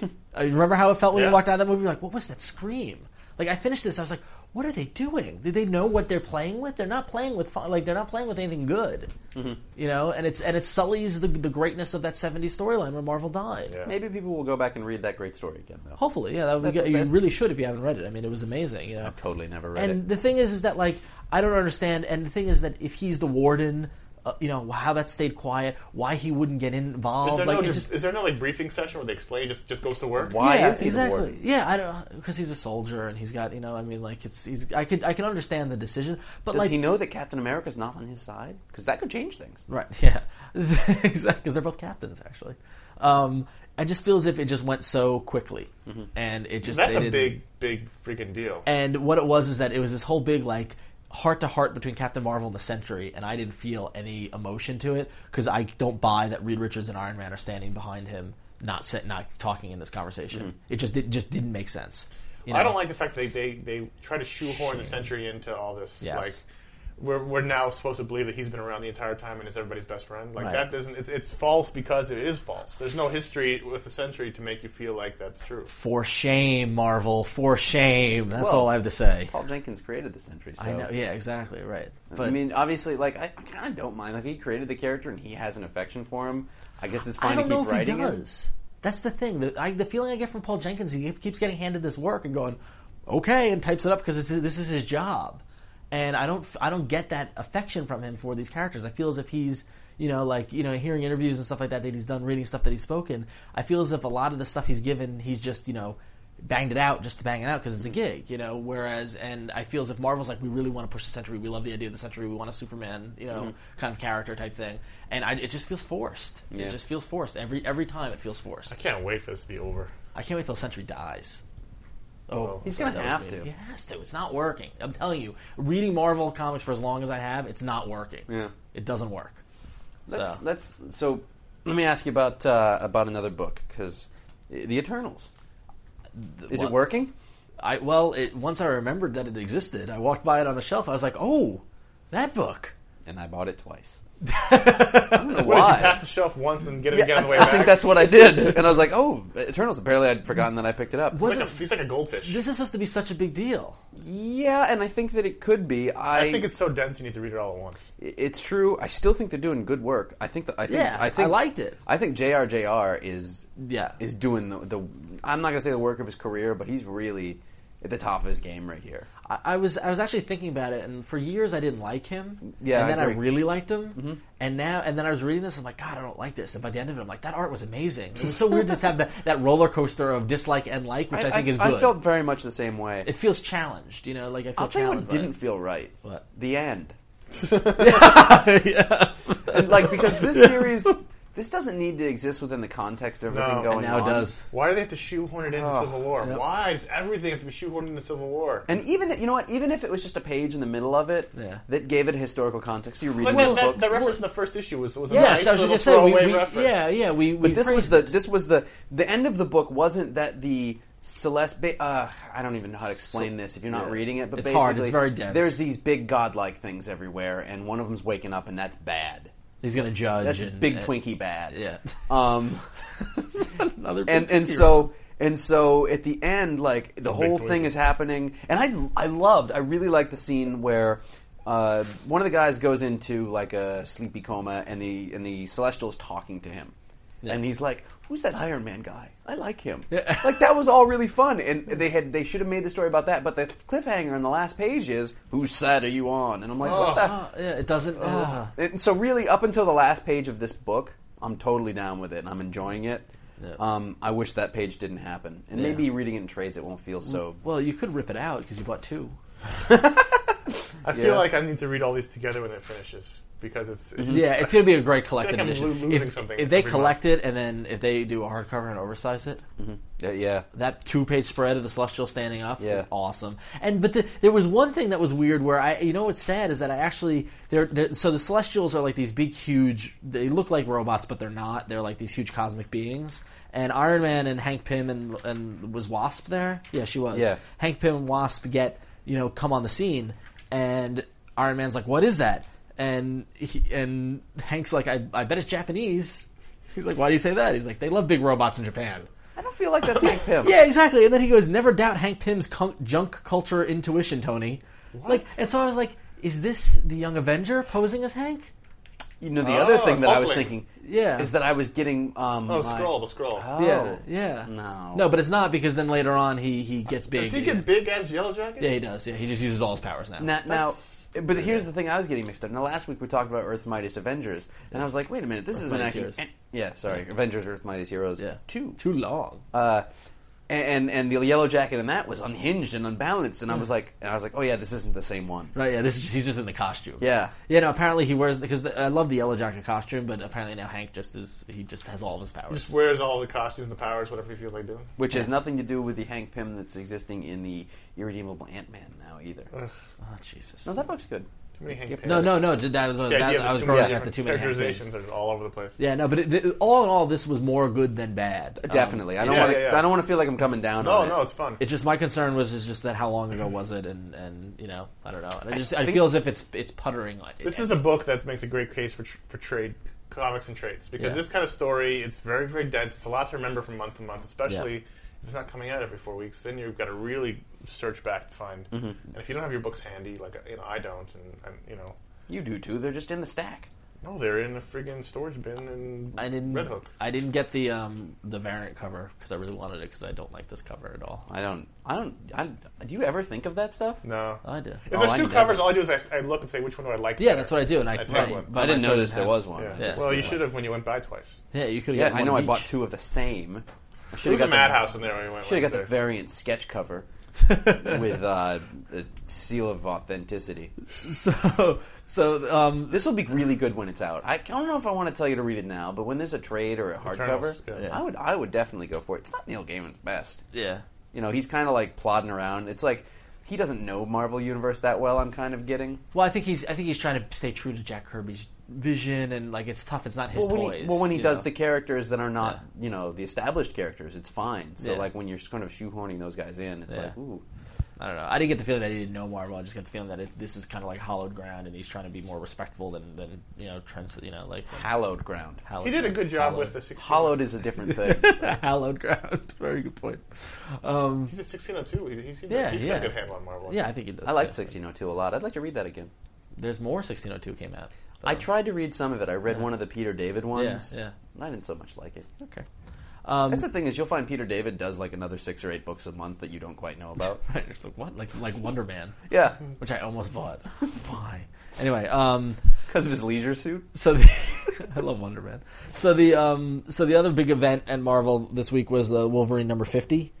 S4: Uh, you remember how it felt when
S3: Yeah.
S4: you walked out of that movie? You're like, what was that scream? Like I finished this, I was like, what are they doing? Did they know what they're playing with? They're not playing with fu- like they're not playing with anything good, you know. And it's and it sullies the the greatness of that '70s storyline where Marvel died.
S3: Yeah.
S1: Maybe people will go back and read that great story again, though.
S4: Hopefully, yeah, that would be
S1: That's-
S4: good. You
S1: that's-
S4: really should if you haven't read it. I mean, it was amazing, you know.
S1: I've totally never read
S4: And
S1: it.
S4: the thing is, is that like I don't understand. And the thing is that if he's the warden, uh, you know how that stayed quiet, why he wouldn't get involved.
S3: Is there,
S4: like
S3: no,
S4: it
S3: just, is there no like briefing session where they explain he just just goes to work?
S1: Why
S4: yeah,
S1: is he the
S4: exactly.
S1: warden?
S4: Yeah, I don't because he's a soldier and he's got you know. I mean, like it's he's. I could I can understand the decision, but
S1: Does
S4: like
S1: he know that Captain America's not on his side? Because that could change things.
S4: Right. Yeah. exactly. Because they're both captains, actually. Um, I just feel as if it just went so quickly,
S1: Mm-hmm.
S4: and it just
S3: That's
S4: they
S3: a
S4: didn't-
S3: big, big freaking deal.
S4: And what it was is that it was this whole big like heart to heart between Captain Marvel and the Sentry, and I didn't feel any emotion to it because I don't buy that Reed Richards and Iron Man are standing behind him, not sit, not talking in this conversation.
S1: Mm-hmm.
S4: It just it just didn't make sense. You know?
S3: I don't like the fact that they, they, they try to shoehorn the Sentry into all this.
S4: Yes.
S3: Like, we're, we're now supposed to believe that he's been around the entire time and is everybody's best friend. Like
S4: Right.
S3: that doesn't. It's, it's false because it is false. There's no history with the Sentry to make you feel like that's true.
S4: For shame, Marvel. For shame. That's
S1: Well,
S4: all I have to say.
S1: Paul Jenkins created the Sentry. So.
S4: I know. Yeah. Exactly. Right.
S1: I
S4: But
S1: mean, obviously, like I, I kind of don't mind. Like he created the character, and he has an affection for him. I guess it's fine
S4: I don't
S1: to
S4: know
S1: keep
S4: if he
S1: writing it.
S4: does. That's the thing. The, I, the feeling I get from Paul Jenkins, he keeps getting handed this work and going, okay, and types it up because this is, this is his job. And I don't, I don't get that affection from him for these characters. I feel as if he's, you know, like you know, hearing interviews and stuff like that that he's done, reading stuff that he's spoken. I feel as if a lot of the stuff he's given, he's just, you know, banged it out just to bang it out because it's a
S1: Mm-hmm.
S4: gig, you know. Whereas, and I feel as if Marvel's like, we really want to push the century. We love the idea of the century. We want a Superman, you know,
S1: Mm-hmm.
S4: kind of character type thing. And I, it just feels forced.
S1: Yeah.
S4: It just feels forced every every time. It feels forced.
S3: I can't wait for this to be over.
S4: I can't wait till Sentry dies.
S3: Oh,
S1: He's gonna
S4: That was
S1: have
S4: me.
S1: to.
S4: He has to. It's not working. I'm telling you. Reading Marvel comics for as long as I have, it's not working.
S1: Yeah.
S4: It doesn't work.
S1: Let's,
S4: So.
S1: let's. So let me ask you about uh, about another book because the Eternals. Is
S4: what?
S1: it working?
S4: I well, it, once I remembered that it existed, I walked by it on the shelf. I was like, oh, that book.
S1: And I bought it twice. I don't know
S3: What did you pass
S1: why.
S3: the shelf once and get it
S1: Yeah,
S3: again on the way
S1: I
S3: back?
S1: think that's what I did, and I was like, "Oh, Eternals." Apparently, I'd forgotten that I picked it up.
S3: He's like,
S4: Wasn't
S3: a, he's like a goldfish.
S4: this is supposed to be such a big deal?
S1: Yeah, and I think that it could be. I,
S3: I think it's so dense you need to read it all at once.
S1: it's true. I still think they're doing good work. I think that I think
S4: Yeah,
S1: I think
S4: I liked it.
S1: I think JRJR is
S4: Yeah.
S1: is doing the, the I'm not gonna say the work of his career, but he's really at the top of his game right here.
S4: I, I was I was actually thinking about it, and for years I didn't like him.
S1: Yeah,
S4: and
S1: I
S4: then I,
S1: agree. Mm-hmm.
S4: really liked him, and now and then I was reading this. I'm like, God, I don't like this. And by the end of it, I'm like, that art was amazing. It was so weird just to have that, that roller coaster of dislike and like, which I, think is good.
S1: I felt very much the same way.
S4: it feels challenged, you know. Like I feel
S1: I'll tell you what
S4: challenged.
S1: didn't feel right.
S4: What?
S1: The end. And, like because this series This doesn't need to exist within the context of
S3: No.
S1: everything
S3: And
S1: going
S4: now it
S1: on.
S4: does.
S3: Why do they have to shoehorn it into
S1: Oh,
S3: Civil War?
S4: yep.
S3: Why does everything have to be shoehorned into Civil War?
S1: And even you know what? Even if it was just a page in the middle of it
S4: Yeah.
S1: that gave it a historical context, you're reading
S3: Like,
S1: this
S3: that, that,
S1: book.
S3: that reference in the first issue was, was a
S4: Yes,
S3: nice
S4: I was
S3: little
S4: going to say. We,
S3: throwaway
S4: we-
S3: reference.
S4: yeah, yeah. We,
S1: but
S4: we
S1: this was
S4: praised
S1: the
S4: it.
S1: this was the the end of the book wasn't that the Celeste. Ba- uh, I don't even know how to explain this if you're not
S4: yeah.
S1: reading it. But
S4: It's
S1: basically,
S4: hard. It's very dense.
S1: There's these big godlike things everywhere, and one of them's waking up, and that's bad.
S4: He's going to judge.
S1: That's
S4: and,
S1: big
S4: and-
S1: Twinkie bad.
S4: Yeah.
S1: Um,
S4: Another big
S1: and and
S4: hero.
S1: so and so at the end, like the whole
S3: big
S1: thing is happening, and I I loved, I really liked the scene where uh, one of the guys goes into like a sleepy coma, and the and the celestial's talking to him, and he's like. Who's that Iron Man guy? I like him.
S4: Yeah.
S1: Like that was all really fun, and they had they should have made the story about that. But the cliffhanger on the last page is whose side are you on? And I'm like, what the?
S4: Uh, yeah, it doesn't. uh,
S1: And so really, up until the last page of this book, I'm totally down with it and I'm enjoying it.
S4: Yeah.
S1: Um, I wish that page didn't happen, and
S4: Yeah.
S1: maybe reading it in trades, it won't feel so.
S4: well, you could rip it out because you bought two.
S3: I feel like I need to read all these together when it finishes because it's, it's
S4: Mm-hmm. Yeah, it's going to be a great collected
S3: Like I'm
S4: edition.
S3: lo- losing
S4: if,
S3: something
S4: if they
S3: every
S4: collect it and then if they do a hardcover and oversize it,
S1: Uh, yeah,
S4: that two-page spread of the Celestial standing up
S1: Yeah.
S4: is awesome. And but the, there was one thing that was weird where I, you know, what's sad is that I actually they're, they're so the Celestials are like these big, huge. They look like robots, but they're not. They're like these huge cosmic beings. And Iron Man and Hank Pym and and was Wasp there? Yeah, she was.
S1: Yeah.
S4: Hank Pym and Wasp get you know come on the scene, and Iron Man's like, "What is that?" And he, and Hank's like, I, "I bet it's Japanese." He's like, "Why do you say that?" He's like, "They love big robots in Japan."
S1: I don't feel like that's Hank Pym.
S4: Yeah, exactly. And then he goes, "Never doubt Hank Pym's cum- junk culture intuition, Tony." Like, and so I was like, "Is this the Young Avenger posing as Hank?"
S1: You know, the
S3: Oh,
S1: other thing that I was
S3: Hulkling.
S1: thinking,
S4: Yeah.
S1: is that I was getting um,
S3: Oh, the
S1: my-
S3: scroll, the scroll.
S1: Oh,
S4: Yeah, yeah.
S1: no.
S4: no, but it's not because then later on he he gets big.
S3: Does he get big as Yellow Jacket?
S4: Yeah, he does. Yeah, he just uses all his powers now.
S1: Now, now,
S3: That's-
S1: but here's the thing I was getting mixed up. Now, last week we talked about Earth's Mightiest Avengers, and I was like, wait a minute, this isn't
S4: Mightiest
S1: actually.
S4: Heroes.
S1: eh, Yeah, sorry, Avengers Earth Mightiest Heroes.
S4: yeah,
S1: two.
S4: too long.
S1: uh, and and the yellow jacket in that was unhinged and unbalanced, and I was like, and I was like, oh yeah, this isn't the same one.
S4: Right? Yeah, this is, he's just in the costume.
S1: Yeah.
S4: yeah. No, apparently he wears because the, I love the yellow jacket costume, but apparently now Hank just is he just has all of his powers.
S3: Just wears all the costumes, the powers, whatever he feels like doing.
S1: Which has nothing to do with the Hank Pym that's existing in the irredeemable Ant Man now either.
S4: oh Jesus.
S1: No, that book's good.
S3: Too many Hank Pym.
S4: no, no, no. That, that,
S3: The idea
S4: that,
S3: of
S4: I was
S3: too many
S4: growing up the
S3: different
S4: too many Hank Pyms.
S3: characterizations are all over the place.
S4: Yeah, no, but it, it- all in all, this was more good than bad. Um,
S1: Definitely, I don't
S3: yeah,
S1: want to.
S3: yeah, yeah.
S1: I don't want to feel like I'm coming down.
S3: No,
S1: on
S3: Oh, no,
S1: it.
S3: it's fun.
S4: it's just my concern was is just that how long ago was it, and and you know I don't know. And I just I,
S1: think-
S4: feel as if it's it's puttering. Like,
S3: This is the book that makes a great case for tr- for trade comics and trades because
S4: Yeah.
S3: this kind of story it's very very dense. It's a lot to remember from month to month, especially
S4: Yeah.
S3: if it's not coming out every four weeks. Then you've got to really search back to find.
S4: Mm-hmm.
S3: And if you don't have your books handy, like you know, I don't, and, and you know,
S1: you do too. They're just in the stack.
S3: no, they're in a friggin' storage bin in
S4: I didn't
S3: Red Hook.
S4: I didn't get the um the variant cover because I really wanted it because I don't like this cover at all.
S1: I don't. I don't. I, do you ever think of that stuff?
S3: No,
S4: I do.
S3: If
S1: Oh,
S3: there's
S1: I
S3: two
S1: never-
S3: covers, all I do is I, I look and say which one do I like.
S4: Yeah,
S3: better.
S4: that's what I do, and I,
S3: take
S4: right,
S3: one.
S4: but
S1: I didn't
S4: started
S1: notice there
S4: having-
S1: was one.
S3: Yeah.
S4: Yeah.
S3: Well, you should have when you went by twice.
S4: Yeah, you could
S1: Yeah,
S4: have.
S1: I know. I bought two of the same. I should
S3: There's a
S1: have got
S3: madhouse in there. When we went
S1: the, should have got the
S3: Wednesday.
S1: variant sketch cover with uh, a seal of authenticity.
S4: So so um
S1: This will be really good when it's out. I I don't know if I want to tell you to read it now, but when there's a trade or a hardcover,
S3: Eternals, yeah.
S1: I would I would definitely go for it. It's not Neil Gaiman's best.
S4: yeah.
S1: You know, he's kind of like plodding around. It's like he doesn't know Marvel Universe that well. I'm kind of getting.
S4: Well, I think he's I think he's trying to stay true to Jack Kirby's vision, and like it's tough. It's not his
S1: Well, when
S4: toys.
S1: he, well, when he
S4: you
S1: does
S4: know?
S1: the characters that are not you know the established characters, it's fine. So
S4: Yeah.
S1: like when you're kind of shoehorning those guys in, it's
S4: Yeah.
S1: like ooh.
S4: I don't know. I didn't get the feeling that he didn't know Marvel. I just got the feeling that it, this is kind of like hollowed ground, and he's trying to be more respectful than than you know trends. You know, like
S1: Hallowed ground.
S4: hallowed.
S3: He did a good job with the 16.
S1: Hollowed is a different thing.
S4: hallowed ground. Very good point. Um,
S3: He did 1602. He, he seemed
S4: Yeah,
S3: like he's
S4: yeah.
S3: got a good handle on Marvel.
S4: yeah, I think he does.
S1: I like
S4: yeah.
S1: 1602 a lot. I'd like to read that again.
S4: There's more 1602 came out.
S1: I tried to read some of it. I read one of the Peter David ones.
S4: yeah.
S1: I didn't so much like it.
S4: Okay. Um,
S1: That's the thing is, you'll find Peter David does like another six or eight books a month that you don't quite know about.
S4: right, it's like what? Like like Wonder Man,
S1: yeah,
S4: which I almost bought. Why? Anyway, um,
S1: because of his leisure suit.
S4: so the, I love Wonder Man. So the um, so the other big event at Marvel this week was uh, Wolverine number 50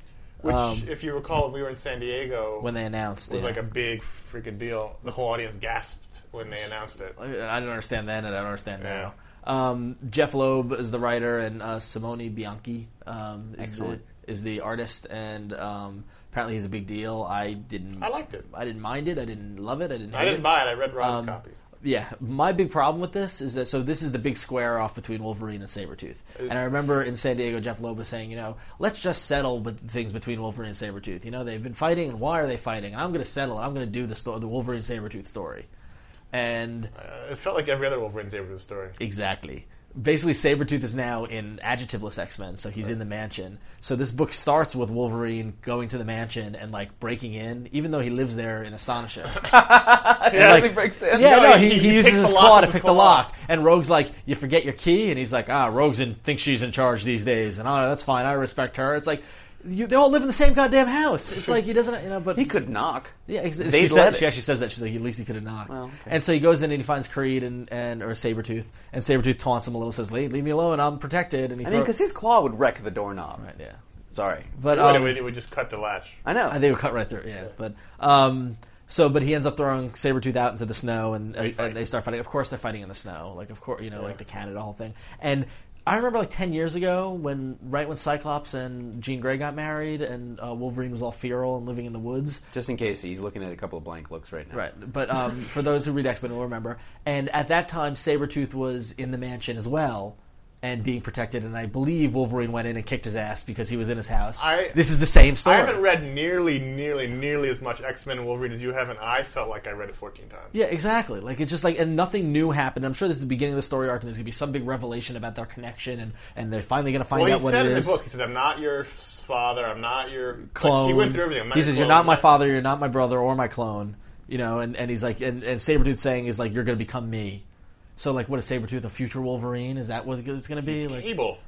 S3: Which,
S4: Um,
S3: if you recall, we were in San Diego.
S4: when they announced
S3: was
S4: yeah.
S3: like a big freaking deal. The whole audience gasped when they announced it.
S4: I don't understand then, and I don't understand now. Um, Jeff Loeb is the writer, and uh, Simone Bianchi um, is, the,
S1: Excellent.
S4: is the artist. And um, apparently, he's a big deal. I didn't.
S3: I liked it.
S4: I didn't mind it. I didn't love it. I didn't. Hate
S3: I didn't
S4: it.
S3: buy it. I read Ron's
S4: Um,
S3: copy.
S4: Yeah, my big problem with this is that so this is the big square off between Wolverine and Sabretooth. And I remember in San Diego Jeff Loeb was saying, you know, let's just settle with things between Wolverine and Sabretooth. You know, they've been fighting and why are they fighting? And I'm going to settle and I'm going to do the sto- the Wolverine Sabretooth story. And
S3: Uh, it felt like every other Wolverine's able to story.
S4: Exactly. Basically, Sabretooth is now in adjectiveless X Men, so he's in the mansion. So this book starts with Wolverine going to the mansion and like breaking in, even though he lives there in Astonishing.
S1: yeah,
S4: like-
S1: he breaks in.
S4: Yeah, no,
S3: he-
S4: he, he,
S3: he
S4: uses
S3: picks
S4: his
S3: the lock
S4: claw
S3: with
S4: to
S3: his
S4: pick the
S3: claw.
S4: lock. And Rogue's like, "You forget your key," and he's like, "Ah, Rogue's in thinks she's in charge these days," and oh, that's fine. I respect her. It's like you, they all live in the same goddamn house. It's like he doesn't, you know, but
S1: He could knock.
S4: yeah, ex-
S1: They'd
S4: she,
S1: let
S4: said,
S1: it.
S4: she actually says that. She's like, at least he could have knocked.
S1: Well, okay.
S4: And so he goes in and he finds Creed and, and or Sabretooth. And Sabretooth taunts him a little, says, leave, leave me alone, I'm protected. And he
S1: I mean,
S4: throw-
S1: because his claw would wreck the doorknob.
S4: Right, yeah.
S1: Sorry.
S4: But,
S3: But
S4: um,
S3: it, would, it would just cut the latch.
S1: I know.
S4: they would cut right through, yeah. But, um, so, but he ends up throwing Sabretooth out into the snow and they,
S3: fight.
S4: and they start fighting. Of course, they're fighting in the snow. Like, of course, you know, like the Canada whole thing. And I remember like 10 years ago when, right when Cyclops and Jean Grey got married and uh, Wolverine was all feral and living in the woods.
S1: Just in case he's looking at a couple of blank looks right now.
S4: Right. But um, for those who read X Men will remember. And at that time, Sabretooth was in the mansion as well and being protected. And I believe Wolverine went in and kicked his ass because he was in his house.
S3: I-
S4: this is the same story.
S3: I haven't read nearly, nearly, nearly as much X Men and Wolverine as you have, and I felt like I read it 14 times.
S4: Yeah, exactly. Like it's just like, and nothing new happened. I'm sure this is the beginning of the story arc, and there's gonna be some big revelation about their connection, and and they're finally gonna find
S3: Well,
S4: out
S3: he
S4: what
S3: said
S4: it
S3: in the
S4: is.
S3: book, he says, "I'm not your father. I'm not your like,
S4: clone.
S3: he went through everything. I'm not
S4: He
S3: your
S4: says,
S3: clone,
S4: "You're not my
S3: right?"
S4: father. You're not my brother or my clone." You know, and, and he's like, and, and Sabretooth saying is like, "You're gonna become me." So like, what is Sabretooth? A future Wolverine? Is that what it's gonna be? like,
S3: Cable.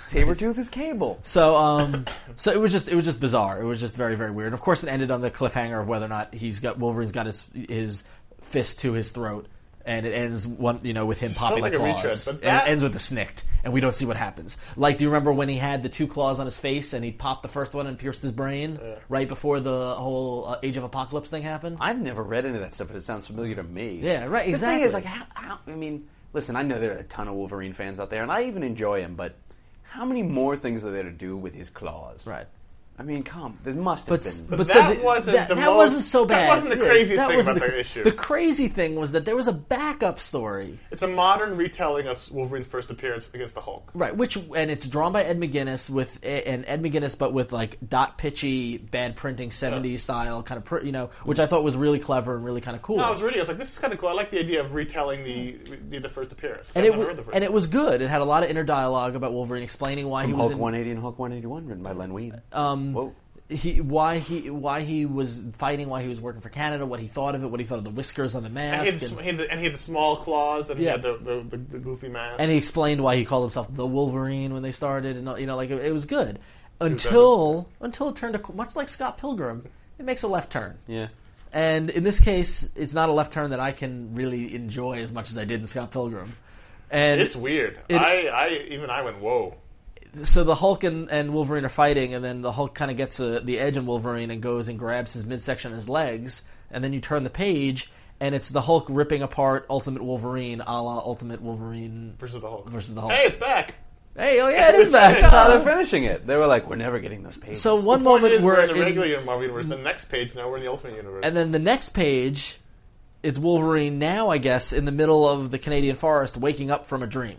S1: Sabretooth is cable.
S4: So, um, so it was just it was just bizarre. It was just very very weird. Of course, it ended on the cliffhanger of whether or not he's got Wolverine's got his his fist to his throat, and it ends one you know with him
S3: felt
S4: popping
S3: like
S4: the
S3: a
S4: claws,
S3: retread, but
S4: and
S3: that-
S4: it ends with a snicked, and we don't see what happens. Like, do you remember when he had the two claws on his face and he popped the first one and pierced his brain right before the whole uh, Age of Apocalypse thing happened?
S1: I've never read any of that stuff, but it sounds familiar to me.
S4: Yeah, right,
S1: The thing
S4: exactly.
S1: is, like, how, how, I mean, listen, I know there are a ton of Wolverine fans out there, and I even enjoy him, but how many more things are there to do with his claws?
S4: Right.
S1: I mean, come, there must have
S4: But,
S1: been.
S4: but,
S3: that
S4: so the-
S3: wasn't
S4: that,
S3: the
S4: that
S3: most-
S4: wasn't so
S3: that
S4: bad.
S3: wasn't the craziest
S4: that
S3: thing
S4: wasn't
S3: about
S4: the,
S3: the issue.
S4: The crazy thing was that there was a backup story.
S3: It's a modern retelling of Wolverine's first appearance against the Hulk.
S4: Right, which and it's drawn by Ed McGuinness with and Ed McGuinness, but with like dot pitchy, bad printing, '70s style kind of, pr- you know, which I thought was really clever and really kind of cool.
S3: I was reading. I was like, "This is kind of cool. I like the idea of retelling the the, the first appearance." 'cause
S4: and
S3: I've
S4: it
S3: never
S4: was
S3: read the first
S4: and it was good. It had a lot of inner dialogue about Wolverine explaining why he was
S1: Hulk
S4: in,
S1: 180 and Hulk 181, written by Len Wein.
S4: um,
S1: Whoa.
S4: he why he why he was fighting, why he was working for Canada, what he thought of it, what he thought of the whiskers on the
S3: And
S4: mask,
S3: he, had the, sm- he had the, and he had the small claws, and
S4: Yeah.
S3: he had the, the, the, the goofy mask.
S4: and he explained why he called himself the Wolverine when they started, and you know, like it, it was good until until it turned a, much like Scott Pilgrim, it makes a left turn.
S1: Yeah.
S4: And in this case, it's not a left turn that I can really enjoy as much as I did in Scott Pilgrim. And
S3: it's weird.
S4: it-
S3: I, I even I went, "Whoa!"
S4: so the Hulk and, and Wolverine are fighting, and then the Hulk kind of gets uh the edge on Wolverine and goes and grabs his midsection and his legs, and then you turn the page, and it's the Hulk ripping apart Ultimate Wolverine, a la Ultimate Wolverine.
S3: Versus the Hulk.
S4: Versus the Hulk.
S3: Hey, it's back.
S4: Hey, oh yeah, it is back.
S1: That's how they're finishing it. They were like, we're never getting those pages.
S4: So
S3: Point
S4: one moment
S3: is, we're,
S4: we're
S3: in the regular Marvel universe. The next page now we're in the Ultimate universe.
S4: And then the next page, it's Wolverine now, I guess, in the middle of the Canadian forest, waking up from a dream.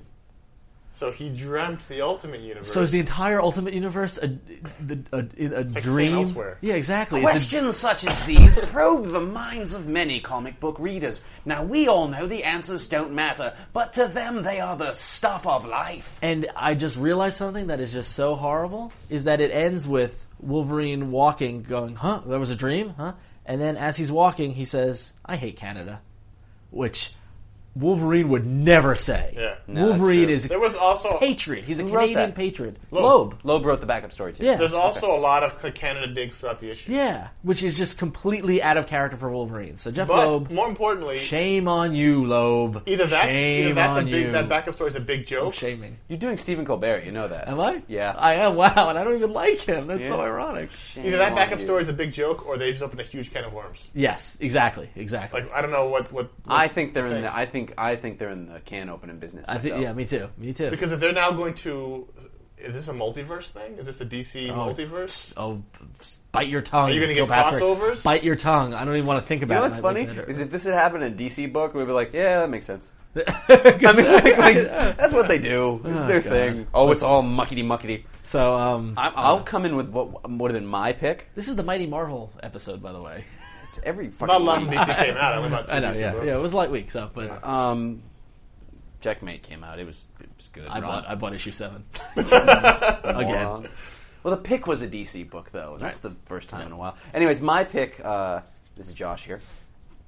S3: so he dreamt the Ultimate universe.
S4: So is the entire Ultimate Universe a, the- a, a, a
S3: like
S4: dream?
S3: Sane elsewhere.
S4: Yeah, exactly. It's a-
S1: Questions such as these probe the minds of many comic book readers.
S6: Now, we all know the answers don't matter, but to them they are the stuff of life.
S4: and I just realized something that is just so horrible is that it ends with Wolverine walking, going, "Huh, that was a dream, huh?" And then as he's walking, he says, "I hate Canada," which Wolverine would never say.
S3: Yeah.
S1: No, that's
S4: Wolverine
S1: true.
S4: is
S3: there
S4: a
S3: was also
S4: patriot. He's a
S1: wrote
S4: Canadian
S1: that?
S4: patriot.
S3: Loeb.
S4: Loeb.
S1: Loeb wrote the backup story, too.
S4: Yeah.
S3: There's also a lot of Canada digs throughout the issue.
S4: Yeah, which is just completely out of character for Wolverine. So Jeff
S3: But
S4: Loeb,
S3: more importantly,
S4: shame on you, Loeb.
S3: either that's,
S4: shame
S3: either that's a
S4: on
S3: big
S4: you.
S3: that backup story is a big joke.
S4: shaming.
S1: You're doing Stephen Colbert, you know that.
S4: Am I?
S1: Yeah.
S4: I am. Wow, and I don't even like him. That's so
S1: Yeah.
S4: ironic.
S3: Either that backup
S1: story.
S3: story is a big joke, or they just opened a huge can of worms.
S4: Yes, exactly, exactly.
S3: Like I don't know what what. what
S1: I think they're in.
S3: thing.
S1: The, I think think I think they're in the can opening business.
S4: I think,
S1: myself.
S4: yeah, me too. Me too.
S3: Because if they're now going to, is this a multiverse thing? Is this a DC multiverse?
S4: oh, bite your tongue.
S3: Are you gonna get
S4: Kilpatrick.
S3: crossovers?
S4: Bite your tongue. I don't even want to think
S1: You know
S4: about
S1: what's
S4: it.
S1: funny is if this had happened in a DC book, we'd be like, yeah, that makes sense.
S4: it,
S1: I mean, like, like, that's what they do. It's
S4: Oh,
S1: their
S4: God.
S1: thing. Oh, it's all muckety muckety.
S4: so um,
S1: I'm, I'll come in with what would have been my pick.
S4: this is the Mighty Marvel episode, by the way.
S1: It's every fucking.
S3: Not a lot of
S1: week.
S3: DC came out. I only about two
S4: I know,
S3: DC
S4: yeah,
S3: books.
S4: yeah. It was a light week, so but
S1: Um, Checkmate came out. It was it was good. Ron.
S4: I bought I bought issue seven again.
S1: Moron. Well, the pick was a DC book, though. and That's the first time in a while. Anyways, my pick. Uh, this is Josh here.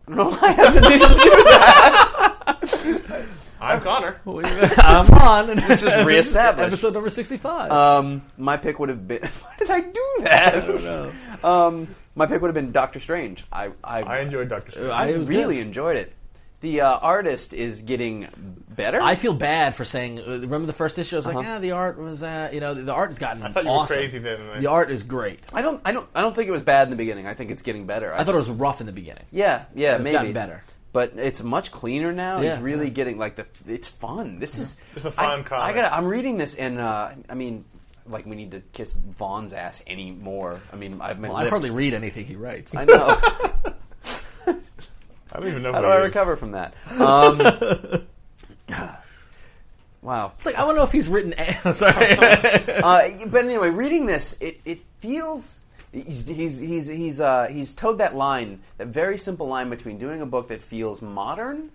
S1: I don't know why I have to do
S3: I'm Connor.
S4: I'm on. And
S1: This is reestablished.
S4: Episode number sixty-five.
S1: Um, my pick would have been. Why did I do that?
S4: I don't know.
S1: Um, my pick would have been Doctor Strange. I I,
S3: I enjoyed Doctor Strange.
S1: I
S4: It was
S1: really
S4: good.
S1: enjoyed it. The uh, artist is getting better.
S4: I feel bad for saying. uh, Remember the first issue? I was like, ah, the art was, uh, you know, the the art has gotten. I
S3: thought you were
S4: awesome.
S3: crazy then, and I-
S4: The art is great.
S1: I don't I don't I don't think it was bad in the beginning. I think it's getting better.
S4: I thought it was rough in the beginning.
S1: Yeah, yeah,
S4: It's
S1: maybe
S4: gotten better.
S1: But it's much cleaner now.
S4: Yeah,
S1: He's really
S4: yeah.
S1: getting like the. It's fun. This is.
S3: It's a fun
S1: I,
S3: comic.
S1: I gotta, I'm reading this, and uh, I mean, like we need to kiss Vaughn's ass anymore. I mean, I've
S4: Well, I hardly read anything he writes.
S1: I know.
S3: I don't even know.
S1: How
S3: who
S1: do I
S3: he is.
S1: recover from that? Um, wow.
S4: It's like I want to know if he's written. I'm sorry.
S1: Uh, but anyway, reading this, it, it feels he's he's he's he's, uh, he's towed that line, that very simple line between doing a book that feels modern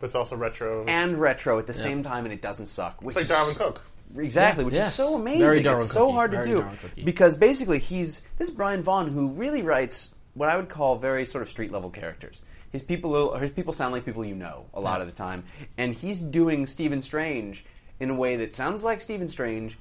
S3: But it's also retro.
S1: and retro at the same time, and it doesn't suck.
S3: it's
S1: Which
S3: like
S1: is-
S3: Darwin Cook.
S1: Exactly,
S4: Yeah,
S1: which
S4: yes.
S1: is so amazing.
S4: Very Darwin
S1: it's so
S4: Cookie,
S1: hard to
S4: very
S1: do
S4: Darwin Cookie.
S1: because basically he's this is Brian Vaughn who really writes what I would call very sort of street level characters. His people, his people sound like people you know a lot of the time, and he's doing Stephen Strange in a way that sounds like Stephen Strange,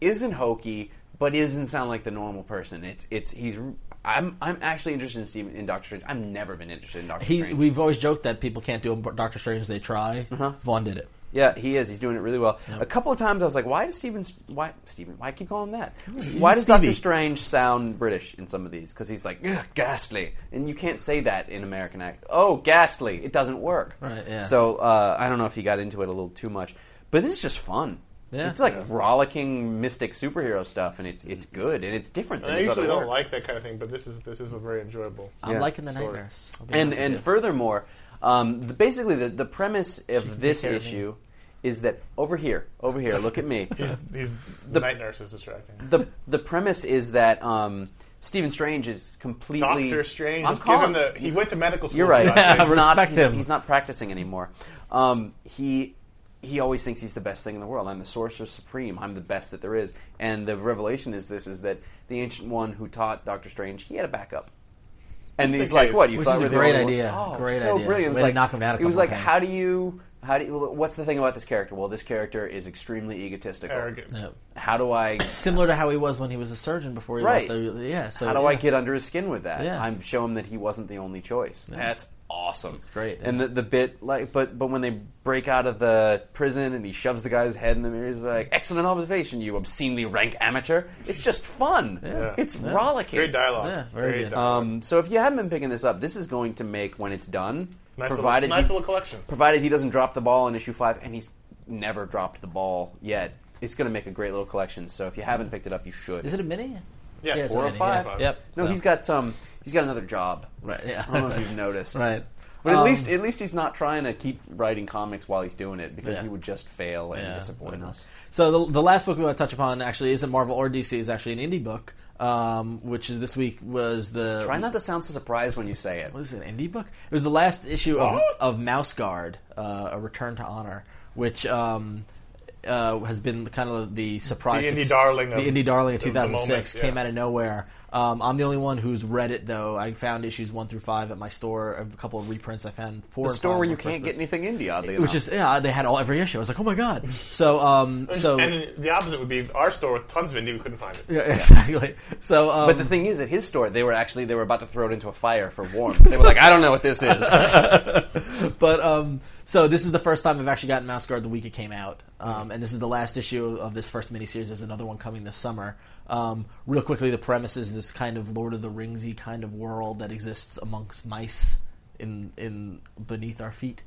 S1: isn't hokey, but isn't sound like the normal person. It's it's he's. I'm I'm actually interested in Stephen in Doctor Strange. I've never been interested in Doctor
S4: he,
S1: Strange.
S4: we've always joked that people can't do Doctor Strange. They try. Vaughn did it.
S1: Yeah, he is. He's doing it really well. A couple of times I was like, why does Steven, why, Steven, why I keep calling him that? Why does
S4: Stevie.
S1: Doctor Strange sound British in some of these? Because he's like, "Ugh, ghastly. And you can't say that in American act. Oh, ghastly. It doesn't work.
S4: Right, yeah.
S1: So uh, I don't know if he got into it a little too much. But this is just fun.
S4: Yeah.
S1: It's like rollicking mystic superhero stuff, and it's it's
S4: Mm-hmm.
S1: good, and it's different than
S3: And I
S1: his
S3: usually
S1: other
S3: don't
S1: work.
S3: like that kind of thing, but this is this is a very enjoyable.
S4: I'm
S1: Yeah.
S4: liking the
S3: Sure.
S4: night nurse. I'll be
S1: and
S4: honest with
S1: and
S4: you.
S1: furthermore, um, the, basically the, the premise of this
S4: care of me.
S1: issue is that over here, over here, look at me.
S3: He's, he's the
S1: The-
S3: night nurse is distracting.
S1: the the premise is that um, Stephen Strange is completely
S3: Doctor Strange.
S1: I'm
S3: just give him
S1: calling
S3: the. He went to medical school.
S1: You're right.
S3: for God's
S4: Yeah,
S3: sake.
S1: he's not
S4: respect
S1: he's,
S4: him.
S1: he's not practicing anymore. Um, he he always thinks he's the best thing in the world. I'm the sorcerer supreme. I'm the best that there is. And the revelation is this: is that the ancient one who taught Doctor Strange, he had a backup. And
S3: Just
S1: he's
S3: in
S1: like,
S3: case.
S1: "What? You
S4: Which
S1: thought
S4: is a
S1: we're the
S4: great
S1: only one?"
S4: idea.
S1: Oh,
S4: Great
S1: so brilliant! It
S4: idea. Way
S1: was
S4: to
S1: like
S4: knock him down a
S1: It was
S4: couple
S1: like,
S4: of
S1: how do
S4: pegs.
S1: you? How do you? What's the thing about this character? Well, this character is extremely egotistical.
S3: Arrogant.
S4: Yeah.
S1: How do I
S4: similar to how he was when he was a surgeon before he
S1: Right.
S4: lost. The, yeah. So
S1: how do
S4: yeah.
S1: I get under his skin with that?
S4: Yeah.
S1: I'm show him that he wasn't the only choice. That's awesome. It's
S4: great,
S1: And the, the bit like, but but when they break out of the prison and he shoves the guy's head in the mirror, he's like, "Excellent observation, you obscenely rank amateur." It's just fun. It's rollicking.
S3: Great dialogue.
S4: Yeah, very
S3: Great
S4: good.
S3: dialogue.
S1: Um, so if you haven't been picking this up, this is going to make when it's done,
S3: nice
S1: provided
S3: little, nice
S1: he,
S3: little collection.
S1: provided he doesn't drop the ball in issue five, and he's never dropped the ball yet. It's going to make a great little collection. So if you haven't picked it up, you should.
S4: Is it a mini?
S3: Yes,
S4: Yeah, it's
S3: four
S4: a
S3: or
S4: mini,
S3: five.
S4: yeah. Yep.
S1: No,
S4: so-
S1: he's got um, he's got another job.
S4: Right. Yeah.
S1: I don't know if you've noticed.
S4: right.
S1: But at
S4: Um,
S1: least at least he's not trying to keep writing comics while he's doing it because
S4: Yeah.
S1: he would just fail and
S4: Yeah,
S1: disappoint
S4: so-
S1: us.
S4: So the, the last book we want to touch upon actually isn't Marvel or DC. Is actually an indie book, um, which is this week was the
S1: Try not to sound so surprised when you say it.
S4: what is it, an indie book? It was the last issue of, of Mouse Guard, uh, A Return to Honor, which um, uh, has been kind of the surprise.
S3: The indie
S4: suc-
S3: darling of-
S4: the indie darling of
S3: of the
S4: 2006
S3: moment, yeah.
S4: came out of nowhere. Um, I'm the only one who's read it, though. I found issues one through five at my store, a couple of reprints. I found four.
S1: The
S4: and
S1: store
S4: five
S1: where you
S4: were first
S1: can't get
S4: prints.
S1: anything indie, oddly
S4: Which
S1: enough.
S4: is yeah, they had all every issue. I was like, oh my god. So um, so Mm.
S3: and the opposite would be our store with tons of indie. We couldn't find it.
S4: yeah, exactly. So um,
S1: but the thing is, at his store, they were actually they were about to throw it into a fire for warmth. they were like, "I don't know what this is."
S4: but um, so this is the first time I've actually gotten Mouse Guard the week it came out, um, and this is the last issue of this first miniseries. There's another one coming this summer. Um, real quickly, the premise is this kind of Lord of the Ringsy kind of world that exists amongst mice in in beneath our feet.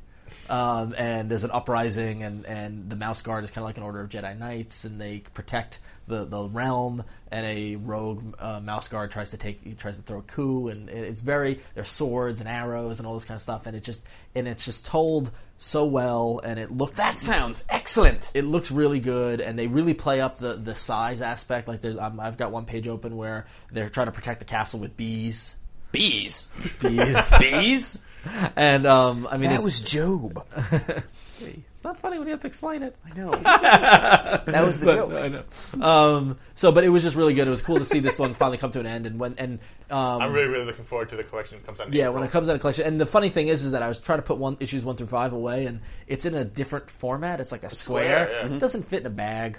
S4: Um, and there's an uprising, and, and the Mouse Guard is kind of like an order of Jedi Knights, and they protect the, the realm. And a rogue uh, Mouse Guard tries to take, he tries to throw a coup, and it- it's very there's swords and arrows and all this kind of stuff, and it just and it's just told so well, and it looks
S1: That sounds excellent.
S4: it looks really good, and they really play up the, the size aspect. Like there's, um, I've got one page open where they're trying to protect the castle with bees,
S1: Bees.
S4: bees,
S1: Bees?
S4: and um, I mean,
S1: That
S4: it's,
S1: was Job.
S4: it's not funny when you have to explain it.
S1: I know. that was the joke.
S4: I know. Um, so, but it was just really good. It was cool to see this one finally come to an end, and when and um,
S3: I'm really, really looking forward to the collection that comes out. in
S4: Yeah,
S3: April.
S4: when it comes out of collection, and the funny thing is, is that I was trying to put one issues one through five away, and it's in a different format. It's like a square.
S3: square, yeah.
S4: It doesn't fit in a bag.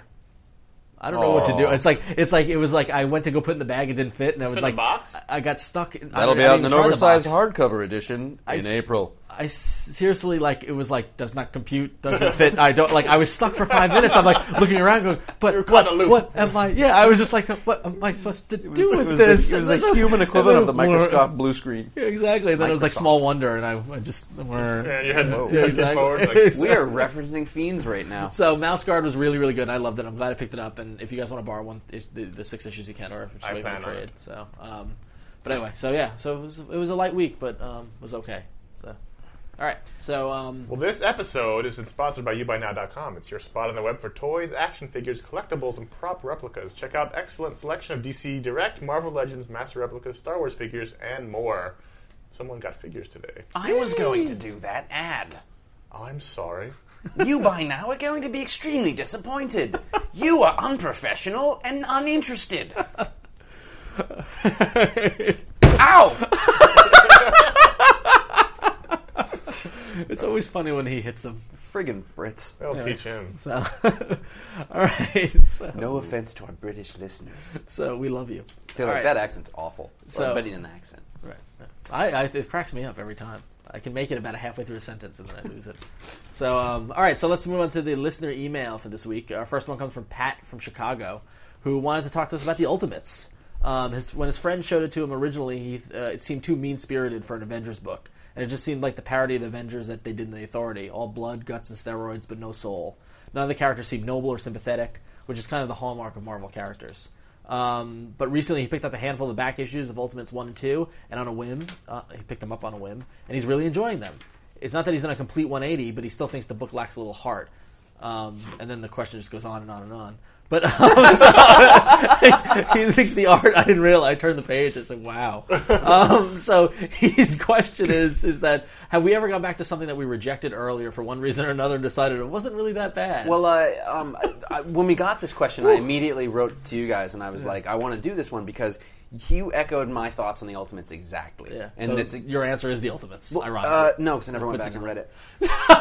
S4: I don't know what to do.
S5: Aw.
S4: It's like it's like it was like I went to go put it in the bag, it didn't fit, and I was
S3: in
S4: like,
S3: a box?
S4: I got stuck. In,
S5: That'll
S4: I,
S5: be
S4: I
S5: out in
S4: didn't
S5: an
S4: even try the
S5: oversized
S4: box.
S5: hardcover edition in
S4: s-
S5: April.
S4: I s- seriously like it was like does not compute, doesn't fit. I don't like. I was stuck for five minutes. I'm like looking around, going, but
S3: caught
S4: what?
S3: in a loop.
S4: What am I? Yeah, I was just like, what am I supposed to do with
S1: It was,
S4: this?
S1: the, it was the human equivalent of the
S4: And then-
S1: Microscoft blue screen.
S4: yeah, exactly. Then it was like
S1: Microsoft.
S4: Small Wonder, and I, I just were.
S3: Yeah, you had
S1: Whoa.
S3: you had to
S4: exactly.
S3: get forward. Like,
S1: We are referencing fiends right now.
S4: So Mouse Guard was really, really good. and I loved it. I'm glad I picked it up. And if you guys want to borrow one, is- the, the six issues you can, or if it's
S3: I
S4: wait for
S3: plan on
S4: trade.
S3: it.
S4: So, um, but anyway, so yeah, so it was, it was a light week, but um, was okay. So, all right. So um,
S3: Well, this episode has been sponsored by YouBuyNow.com. It's your spot on the web for toys, action figures, collectibles, and prop replicas. Check out excellent selection of DC Direct, Marvel Legends, Master Replicas, Star Wars figures, and more. Someone got figures today.
S6: I was going to do that ad.
S3: I'm sorry.
S6: You by now are going to be extremely disappointed. You are unprofessional and uninterested.
S4: um,
S6: Ow!
S4: it's always funny when he hits them.
S1: Friggin' Brits.
S3: They'll teach him.
S4: So, all right. So,
S1: No offense to our British listeners.
S4: so we love you.
S1: They're
S4: All
S1: like,
S4: right.
S1: that accent's awful.
S4: So-
S1: So, but in an accent.
S4: Right. I, I it cracks me up every time. I can make it about a halfway through a sentence and then I lose it. So um, all right, so let's move on to the listener email for this week. Our first one comes from Pat from Chicago, who wanted to talk to us about the Ultimates. Um, his, when his friend showed it to him originally, he, uh, it seemed too mean spirited for an Avengers book, and it just seemed like the parody of the Avengers that they did in the Authority: all blood, guts, and steroids, but no soul. None of the characters seemed noble or sympathetic, which is kind of the hallmark of Marvel characters. Um, but recently, he picked up a handful of back issues of Ultimates one and two, and on a whim, uh, he picked them up on a whim, and he's really enjoying them. It's not that he's done a complete 180, but he still thinks the book lacks a little heart. Um, and then the question just goes on and on and on. But um, so- he thinks the art. I didn't realize. I turned the page. It's like wow. Um, so his question is: is that have we ever gone back to something that we rejected earlier for one reason or another and decided it wasn't really that bad?
S1: Well, uh, um, I, I, when we got this question, I immediately wrote to you guys, and I was like, I want to do this one because you echoed my thoughts on the Ultimates exactly.
S4: yeah.
S1: And
S4: so
S1: it's
S4: your answer is the Ultimates. ironically.
S1: Uh, no, because I never went
S4: puts
S1: back
S4: it
S1: and
S4: in-
S1: read it.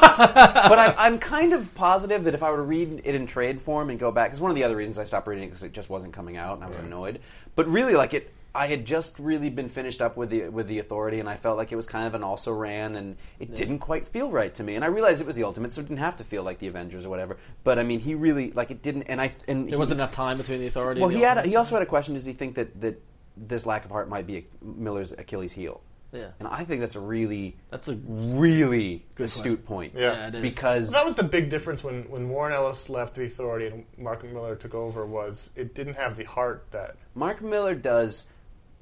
S1: but I, I'm kind of positive that if I were to read it in trade form and go back, because one of the other reasons I stopped reading it because it just wasn't coming out and I was annoyed. But really, like it, I had just really been finished up with the with the authority, and I felt like it was kind of an also ran, and it didn't quite feel right to me. And I realized it was the ultimate, so it didn't have to feel like the Avengers or whatever. But I mean, he really like it didn't, and I and
S4: There wasn't enough time between the authority.
S1: Well,
S4: and the
S1: he had a,
S4: Ultimates.
S1: he also had a question: Does he think that that this lack of heart might be Miller's Achilles heel?
S4: Yeah.
S1: and I think that's a really
S4: That's a
S1: really
S4: Good
S1: astute point.
S3: Yeah.
S4: yeah, it is.
S1: Because
S3: That was the big difference when, when Warren Ellis left the Authority and Mark Miller took over. Was it didn't have the heart that
S1: Mark Miller does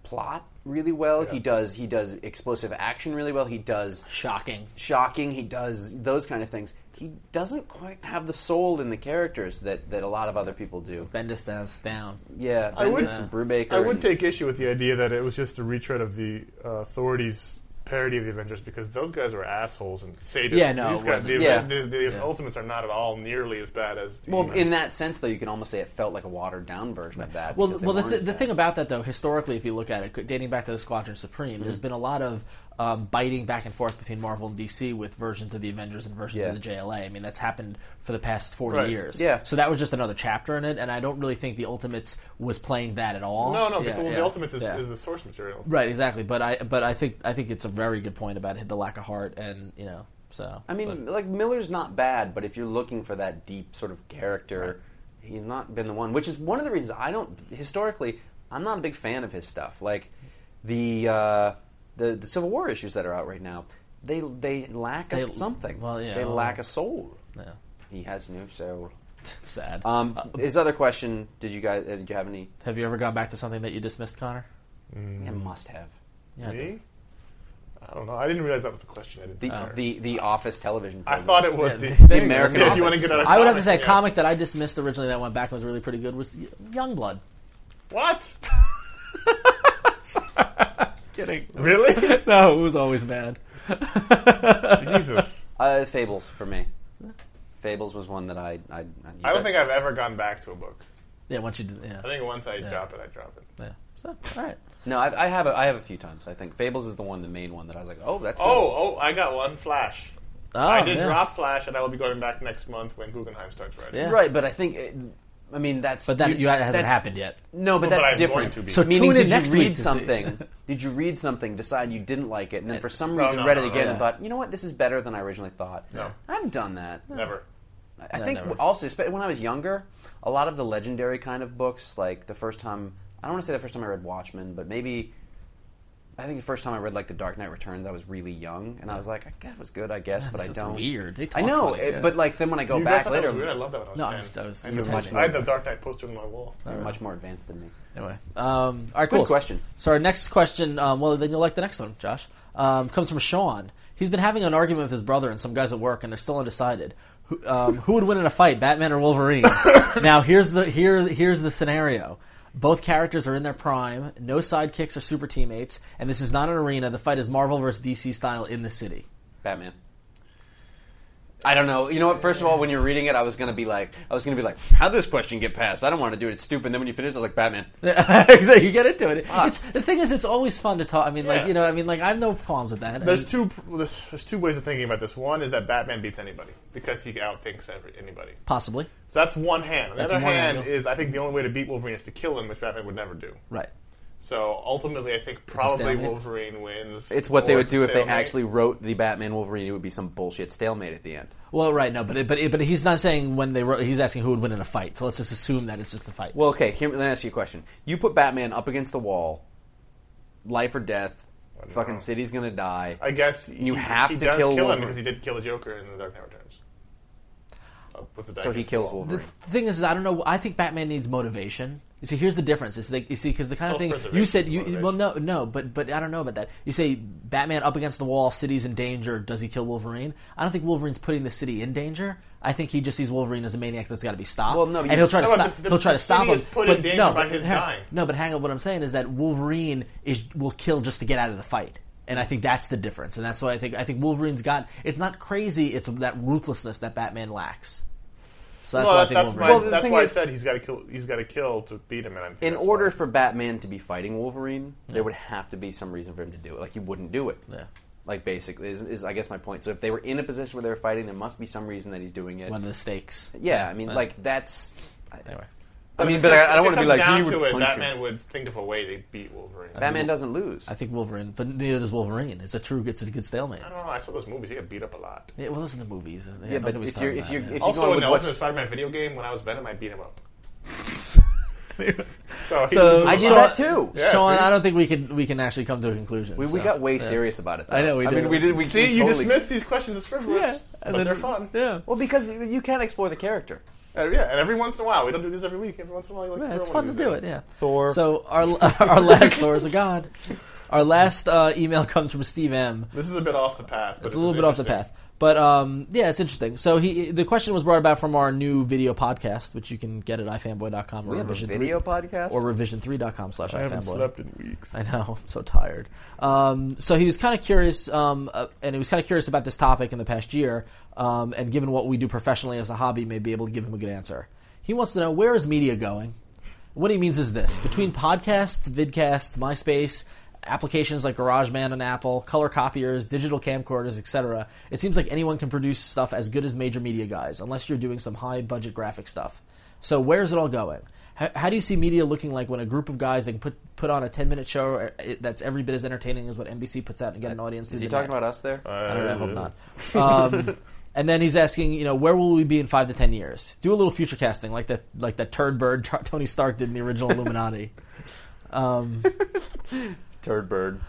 S1: plot really well. He
S3: Yeah.
S1: does he does explosive action really well. He does
S4: shocking.
S1: shocking. He does those kind of things. He doesn't quite have the soul in the characters that, that a lot of other people do.
S4: Bendis does down.
S1: Yeah,
S3: I would-
S1: Bendis and Brubaker.
S3: I would
S1: and-
S3: take issue with the idea that it was just a retread of the uh, authorities' parody of the Avengers because those guys were assholes and sadists.
S4: Yeah, no,
S3: These
S4: it
S3: guys, the,
S1: wasn't. Yeah.
S3: the, the Ultimates are not at all nearly as bad as. The
S1: Well, in that sense, though, you can almost say it felt like a watered down version of that.
S4: Well,
S1: because they
S4: well, the,
S1: weren't
S4: th-
S1: as
S4: the
S1: bad.
S4: thing about that though, historically, if you look at it, dating back to the Squadron Supreme, there's been a lot of um, biting back and forth between Marvel and DC with versions of the Avengers and versions
S1: Yeah.
S4: of the JLA. I mean, that's happened for the past forty
S3: Right.
S4: years.
S1: Yeah.
S4: So that was just another chapter in it, and I don't really think the Ultimates was playing that at all.
S3: no, no,
S4: Yeah,
S3: because well,
S4: yeah,
S3: the Ultimates is,
S4: yeah.
S3: is the source material.
S4: right, exactly. But I, but I think, I think it's a very good point about the lack of heart, and you know, so
S1: I mean,
S4: but-
S1: like Miller's not bad, but if you're looking for that deep sort of character, he's not been the one. Which is one of the reasons I don't historically. I'm not a big fan of his stuff. Like the uh, the the Civil War issues that are out right now. They they lack
S4: They-
S1: a something.
S4: well, yeah,
S1: they
S4: well-
S1: lack a soul.
S4: Yeah.
S1: He has no soul.
S4: It's sad.
S1: Um, his other question: Did you guys? Uh, did you have any?
S4: Have you ever gone back to something that you dismissed, Connor?
S3: Mm.
S1: Yeah, must have
S4: Yeah. I did.
S3: Me? I don't know. I didn't realize that was the question. I didn't.
S1: the the the Office television.
S3: I
S1: Program.
S3: thought it was
S4: Oh. Yeah,
S3: the,
S4: the-
S3: the
S4: the
S1: American
S3: If you
S1: Office.
S3: want to get out of
S4: I would have to say a
S3: comics, yes.
S4: comic that I dismissed originally that went back and was really pretty good was Youngblood.
S3: What? Kidding. Really?
S4: No, it was always bad.
S3: Jesus.
S1: Uh, Fables for me. Fables was one that I I. I,
S3: I don't think I've ever gone back to a book.
S4: Yeah, once you did, yeah.
S3: I think once I drop it, I drop it.
S4: yeah. So, all right.
S1: No, I, I have a, I have a few times. I think Fables is the one, the main one that I was like, oh, that's good.
S3: Oh, oh, I got one. Flash.
S4: Oh,
S3: I did
S4: yeah.
S3: drop Flash, and I will be going back next month when Guggenheim starts writing.
S4: Yeah.
S1: right. But I think, it, I mean, that's
S4: But that you, it hasn't
S1: that's-
S4: happened yet.
S1: No, but
S3: But
S1: that's
S3: I'm
S1: different.
S3: going to be.
S4: So
S1: Meaning,
S4: tune in
S1: did
S4: next
S1: you
S4: week
S1: read
S4: to see.
S1: something? did you read something? Decide you didn't like it, and then for some
S3: No,
S1: reason
S3: Uh, no,
S1: read it
S3: no, no,
S1: again
S3: no.
S1: and thought, you know what, this is better than I originally thought.
S3: No.
S1: I've done that.
S3: Never.
S1: I think
S4: never.
S1: also spe- when I was younger, a lot of the legendary kind of books, like the first time I don't want to say the first time I read Watchmen, but maybe I think the first time I read like The Dark Knight Returns, I was really young, and I was like, that was good, I guess, but I
S4: This is
S1: don't.
S4: weird. They
S1: I
S4: talk
S1: know,
S4: funny,
S1: it-
S4: yeah.
S1: but like then when I go
S3: You guys
S1: back
S3: thought
S1: later,
S3: that was weird. I love that when I was
S4: No, I
S3: 10.
S4: was- I was
S3: I, had the-
S4: much
S3: I had the
S4: more-
S3: Dark Knight poster on my wall.
S1: you're much more advanced than me.
S4: Anyway, um, all right, cool.
S1: Good question.
S4: So our next question, um, well, then you'll like the next one, Josh. Um, comes from Sean. He's been having an argument with his brother and some guys at work, and they're still undecided. Who, um, who would win in a fight, Batman or Wolverine? now here's the here here's the scenario. Both characters are in their prime, no sidekicks or super teammates, and this is not an arena. The fight is Marvel versus DC style in the city.
S1: Batman. I don't know. You know what? First of all, when you're reading it, I was gonna be like, I was gonna be like, how'd this question get passed? I don't want to do it. It's stupid. And then when you finish, I was like, Batman.
S4: exactly, you get into it. It's, the thing is, it's always fun to talk. I mean, like
S3: Yeah.
S4: you know, I mean, like I have no qualms with that.
S3: There's two. There's, there's two ways of thinking about this. One is that Batman beats anybody because he outthinks every, anybody.
S4: possibly
S3: So that's one hand. On the
S4: That's
S3: other
S4: one
S3: hand
S4: angle.
S3: is I think the only way to beat Wolverine is to kill him, which Batman would never do.
S4: right.
S3: So ultimately, I think probably
S4: stalemate.
S3: Wolverine wins.
S1: It's what they
S3: or
S1: would do if they
S3: stalemate.
S1: actually wrote the Batman Wolverine. It would be some bullshit stalemate at the end.
S4: Well, right, no, but it, but it, but he's not saying when they wrote. He's asking who would win in a fight. So let's just assume that it's just a fight.
S1: Well, okay. Here, let me ask you a question. You put Batman up against the wall, life or death. Fucking city's gonna die.
S3: I guess
S1: You
S3: he,
S1: have
S3: he
S1: to
S3: does
S1: kill
S3: kill, him
S1: Wolverine.
S3: because he did kill the Joker in The Dark Knight Returns. Uh, with the back
S1: so he
S3: against the
S1: kills
S3: wall.
S1: Wolverine.
S4: the thing is, is I don't know. I think Batman needs motivation. You see, here's the difference. It's like you see, because the kind of thing you
S3: Self-preservation
S4: said.
S3: is
S4: You
S3: motivation.
S4: well, no, no, but but I don't know about that. You say Batman up against the wall, city's in danger. Does he kill Wolverine? I don't think Wolverine's putting the city in danger. I think he just sees Wolverine as a maniac that's got to be stopped.
S1: Well, no,
S4: and
S1: you-
S4: he'll try to
S3: No, but
S4: stop.
S3: the- the-
S4: he'll try
S3: the
S4: to stop
S3: city
S4: him.
S3: is put
S4: but
S3: in danger
S4: no,
S3: by
S4: but
S3: his
S4: hang on.
S3: dying.
S4: No, but hang on. What I'm saying is that Wolverine is will kill just to get out of the fight, and I think that's the difference. And that's why I think I think Wolverine's got. It's not crazy. It's that ruthlessness that Batman lacks. So that's
S3: Well,
S4: why I
S3: that,
S4: think
S3: that's,
S4: Wolverine.
S3: my,
S1: the
S3: that's
S1: thing
S3: why
S1: is-
S3: I said he's got to kill. He's got to kill to beat him. And I think
S1: In
S3: that's
S1: order
S3: why.
S1: for Batman to be fighting Wolverine, there would have to be some reason for him to do it. Like he wouldn't do it.
S4: Yeah.
S1: Like basically is, is I guess my point. So if they were in a position where they were fighting, there must be some reason that he's doing it.
S4: one of the stakes.
S1: yeah, I mean, like that's. I,
S4: Anyway,
S1: I mean,
S3: If
S1: but
S3: it-
S1: I, I
S3: if
S1: don't want
S3: it
S1: to be
S3: comes
S1: like
S3: down
S1: he would
S3: to it.
S1: punch
S3: Batman
S1: him.
S3: would think of a way to beat Wolverine. I
S1: Batman doesn't lose.
S4: I think Wolverine, but neither does Wolverine. It's a true, it's a good stalemate.
S3: don't know. I saw those movies. He got beat up a lot.
S4: Yeah, well, those are the movies.
S1: Yeah, but if you're- if you're-
S4: Oh,
S1: if
S3: Also,
S1: going
S3: in the
S1: with what's-
S3: Ultimate Spider-Man video game, when I was Venom, I beat him up. so, he
S4: So-
S3: loses
S1: I
S3: a
S1: did
S3: lot.
S1: that too.
S3: Yeah,
S4: Sean,
S3: see?
S4: I don't think we can we can actually come to a conclusion.
S1: We, we
S4: so.
S1: got way serious about it. Though.
S4: I know we
S1: I
S4: did.
S1: mean, we did. We
S3: See,
S1: we
S3: you
S1: totally-
S3: dismiss these questions as frivolous,
S4: yeah,
S3: but
S4: and then-
S3: they're fun.
S4: Yeah,
S1: Well, because you can't explore the character.
S3: Uh, yeah, and every once in a while, we don't do these every week. Every once in a while, you like
S4: yeah
S3: throw
S4: it's
S3: one
S4: fun to
S3: of
S4: do
S3: these
S4: it.
S3: in.
S4: Yeah.
S1: Thor.
S4: So our our last Thor's a god. Our last uh, email comes from Steve M.
S3: This is a bit off the path. But
S4: It's a little bit off the path. But um, yeah, it's interesting. So he the question was brought about from our new video podcast, which you can get at ifanboy.com or
S1: We have a
S4: revision
S1: video podcast?
S4: or revision3.com slash
S3: I haven't
S4: ifanboy.
S3: slept in weeks.
S4: I know. I'm so tired. Um, so he was kind of curious, um, uh, and he was kind of curious about this topic in the past year. Um, and given what we do professionally as a hobby, may be able to give him a good answer. He wants to know where is media going. What he means is this: between podcasts, vidcasts, MySpace, applications like GarageBand and Apple, color copiers, digital camcorders, etc., it seems like anyone can produce stuff as good as major media guys, unless you're doing some high-budget graphic stuff. So where's it all going? How, how do you see media looking like when a group of guys that can put put on a ten minute show uh, it- that's every bit as entertaining as what NBC puts out and get an audience?
S1: Uh, Is
S4: through
S1: he
S4: the
S1: talking
S4: net?
S1: about us there?
S4: I don't know. I
S3: Uh,
S4: hope not. Um, and then he's asking, you know, where will we be in five to ten years? Do a little future casting, like that, like that turd bird Tar- Tony Stark did in the original Illuminati. Um,
S1: Turd bird.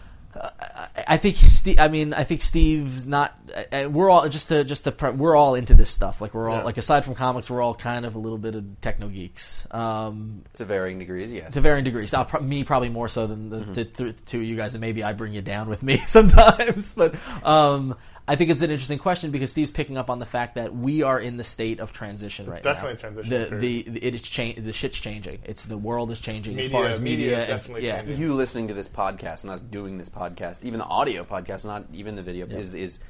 S4: I think Steve, I mean, I think Steve's not. I- I- We're all just to just to pre- we're all into this stuff. Like we're all
S3: Yeah.
S4: like aside from comics, we're all kind of a little bit of techno geeks um,
S1: to varying degrees. Yes.
S4: to varying degrees. Now, pro- me probably more so than the,
S3: Mm-hmm.
S4: the, th- two of you guys, and maybe I bring you down with me sometimes. But um, I think it's an interesting question because Steve's picking up on the fact that we are in the state of transition right now.
S3: definitely a transition
S4: The, the, the it is cha- the shit's changing. It's the world is changing as
S3: Media-
S4: far as
S3: media
S4: media.
S3: is
S4: and-
S3: definitely
S4: yeah.
S3: changing.
S1: you listening to this podcast and us doing this podcast, even the audio podcast, not even the video, is is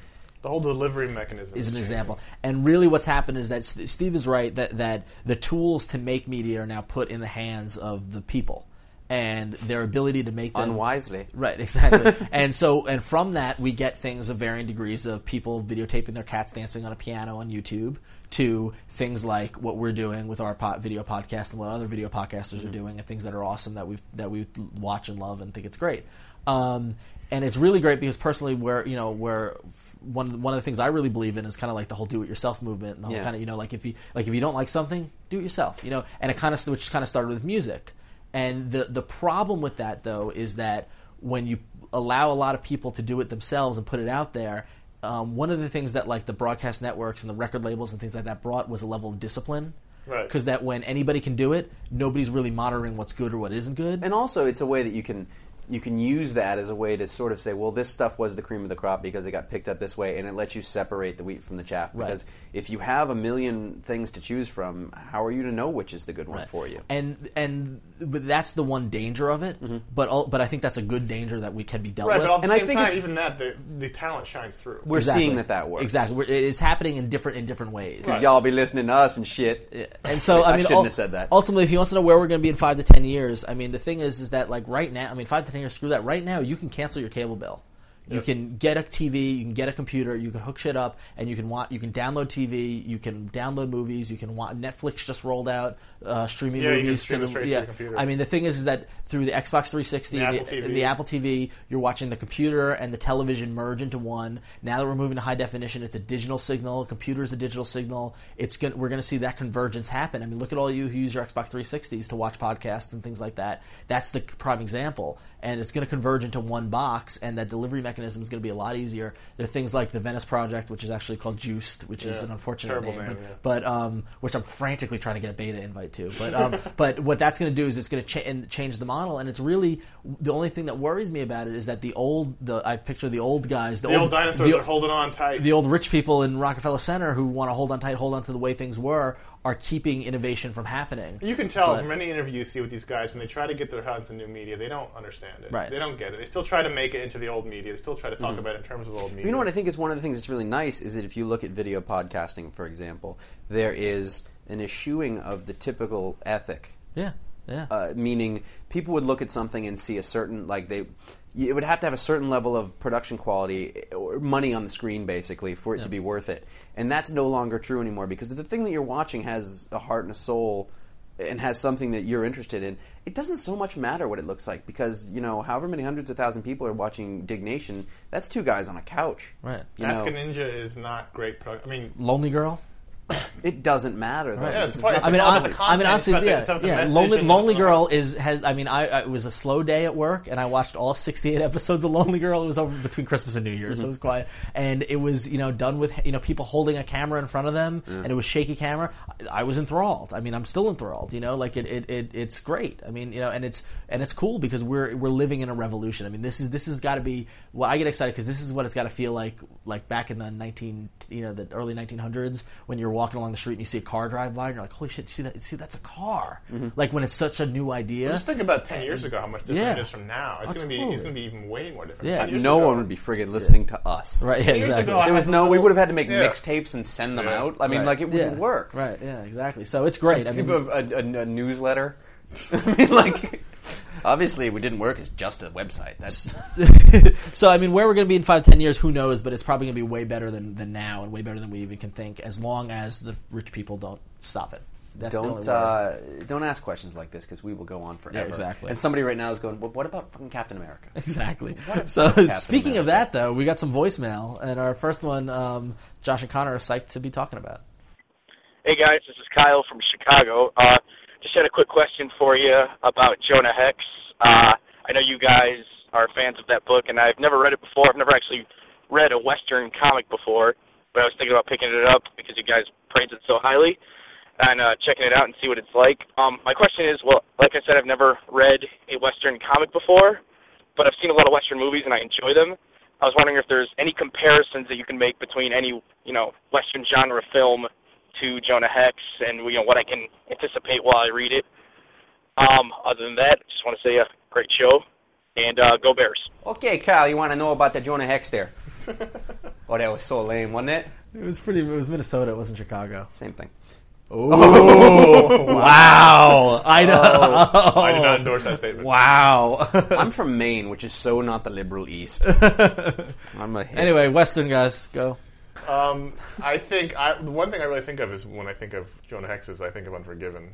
S3: the whole delivery mechanism
S4: is an
S3: changing.
S4: example. And really, what's happened is that S- Steve is right that that the tools to make media are now put in the hands of the people, and their ability to make them
S1: unwisely.
S4: Right, exactly. and so, and from that, we get things of varying degrees of people videotaping their cats dancing on a piano on YouTube to things like what we're doing with our pot video podcast and what other video podcasters are doing, and things that are awesome that we that we watch and love and think it's great. Um, and it's really great because personally, where you know where f- one one of the things I really believe in is kind of like the whole do-it-yourself movement and the whole
S1: Yeah.
S4: kind of you know like if you like if you don't like something, do it yourself. You know, and it kind of which kind of started with music. And the the problem with that though is that when you allow a lot of people to do it themselves and put it out there, um, one of the things that like the broadcast networks and the record labels and things like that brought was a level of discipline.
S3: Right.
S4: Because that when anybody can do it, nobody's really monitoring what's good or what isn't good.
S1: And also, it's a way that you can you can use that as a way to sort of say, well, this stuff was the cream of the crop because it got picked up this way, and it lets you separate the wheat from the chaff.
S4: Right.
S1: Because if you have a million things to choose from, how are you to know which is the good one
S4: Right.
S1: for you? Mm-hmm.
S4: And and but that's the one danger of it. But al- but I think that's a good danger that we can be dealt
S3: Right,
S4: with.
S3: but at the
S1: And I
S3: same
S1: think
S3: time,
S1: it-
S3: even that the, the talent shines through.
S1: We're seeing that that works.
S4: Exactly, We're- it is happening in different in different ways.
S1: Y'all be listening to us and shit.
S4: And so I,
S1: I
S4: mean,
S1: shouldn't
S4: ul-
S1: have said that.
S4: Ultimately, if he wants to know where we're going to be in five to ten years, I mean, the thing is, is that like right now, I mean, five to ten years, screw that. Right now, you can cancel your cable bill. You can get a TV, you can get a computer, you can hook shit up, and you can want, you can download TV, you can download movies, you can want Netflix just rolled out uh, streaming
S3: Yeah, you can
S4: movies.
S3: stream
S4: to
S3: it
S4: the-
S3: straight to
S4: yeah.
S3: your computer.
S4: I mean, the thing is, is that through the Xbox 360,
S3: The
S4: and
S3: Apple TV.
S4: and the Apple TV, you're watching the computer and the television merge into one. Now that we're moving to high definition, it's a digital signal. Computer is a digital signal. It's going we're going to see that convergence happen. I mean, look at all you who use your Xbox 360s to watch podcasts and things like that. That's the prime example, and it's going to converge into one box, and that delivery mechanism is going to be a lot easier. There are things like the Venice Project, which is actually called Juiced, which is
S3: Yeah.
S4: an unfortunate
S3: Terrible
S4: name,
S3: name, yeah.
S4: but, but um, which I'm frantically trying to get a beta invite to. But um, but what that's going to do is it's going to cha- and change the model, and it's really the only thing that worries me about it is that the old the I picture the old guys, the,
S3: the old dinosaurs
S4: the-
S3: are holding on tight.
S4: the old rich people in Rockefeller Center who want to hold on tight, hold on to the way things were, are keeping innovation from happening.
S3: you can tell from any interview you see with these guys when they try to get their hands in new media, they don't understand it.
S4: Right. Mm-hmm.
S3: They don't get it. They still try to make it into the old media. They still try to talk about it in terms of old media.
S1: You know what I think is one of the things that's really nice is that if you look at video podcasting, for example, there is an eschewing of the typical ethic
S4: Yeah, yeah.
S1: uh, meaning people would look at something and see a certain like they you- it would have to have a certain level of production quality eh, or money on the screen basically for it to be worth it and that's no longer true anymore because if the thing that you're watching has a heart and a soul and has something that you're interested in it doesn't so much matter what it looks like because you know however many hundreds of thousand people are watching dignation that's two guys on a couch
S4: Right.
S1: you
S3: Ask
S1: know,
S3: a Ninja is not great. Product. I mean,
S4: Lonely girl.
S1: it doesn't matter though.
S4: Right.
S3: Yeah, it's
S1: This is
S3: probably-
S1: not-
S4: I mean,
S3: all
S4: I,
S3: about the
S4: I mean,
S3: content,
S4: honestly,
S3: it's about the-
S4: yeah,
S3: it's about the
S4: yeah.
S3: message
S4: Lonely,
S3: and-
S4: Lonely Girl is has. I mean, I, I it was a slow day at work, and I watched all sixty eight episodes of Lonely Girl. It was over between Christmas and New Year's,
S3: Mm-hmm.
S4: so it was quiet, and it was you know done with you know people holding a camera in front of them, and it was shaky camera. I, I was enthralled. I mean, I'm still enthralled. You know, like it, it, it it's great. I mean, you know, and it's and it's cool because we're we're living in a revolution. I mean, this is this has got to be what I get excited because this is what it's got to feel like like back in the nineteen you know the early nineteen hundreds when you're walking along the street and you see a car drive by and you're like, holy shit, see that see that's a car.
S1: Mm-hmm.
S4: Like when it's such a new idea.
S3: just think about ten years ago how much different
S4: Yeah.
S3: it is from now. It's
S4: Oh,
S3: going to be
S4: totally.
S3: it's going to be even way more different.
S4: Yeah.
S3: 10 years
S1: no
S3: ago-
S1: one would be friggin' listening to us
S4: Right, yeah,
S3: years
S4: exactly.
S3: ago, I
S1: There was
S3: had
S1: no.
S3: the
S1: We
S3: little-
S1: would have had to make
S3: Yeah.
S1: mixtapes and send them
S3: Yeah.
S1: out. I mean,
S4: Right.
S1: like it wouldn't
S4: Yeah.
S1: work.
S4: Right, yeah, exactly. So it's great. I
S1: Give
S4: mean,
S1: a, a- a newsletter. I mean, like obviously, we didn't work. It's just a website. That's
S4: so I mean, where we're going to be in five, ten years, who knows? But it's probably going to be way better than, than now, and way better than we even can think, as long as the rich people don't stop it. That's the only
S1: don't
S4: way.
S1: uh, don't ask questions like this because we will go on forever.
S4: exactly.
S1: And somebody right now is going, well, "What about fucking Captain America?"
S4: exactly. So speaking of that, though, we got some voicemail, and our first one, um, Josh and Connor are psyched to be talking about.
S7: Hey guys, this is Kyle from Chicago. Uh, just had a quick question for you about Jonah Hex. Uh, I know you guys are fans of that book, and I've never read it before. I've never actually read a Western comic before, but I was thinking about picking it up because you guys praised it so highly and uh, checking it out and see what it's like. Um, my question is, well, like I said, I've never read a Western comic before, but I've seen a lot of Western movies and I enjoy them. I was wondering if there's any comparisons that you can make between any, you know, Western genre film to Jonah Hex, and you know what I can anticipate while I read it. Um, other than that, just want to say a great show, and uh, go Bears.
S1: Okay, Kyle, you want to know about the Jonah Hex there? oh, that was so lame, wasn't it?
S4: It was pretty. It was Minnesota. It wasn't Chicago.
S1: Same thing.
S4: Wow, I know.
S3: I do
S1: Oh.
S3: not endorse that statement.
S4: Wow.
S1: I'm from Maine, which is so not the liberal East. I'm a hip.
S4: anyway, Western guys, go.
S3: Um, I think I, the one thing I really think of is when I think of Jonah Hex is I think of Unforgiven.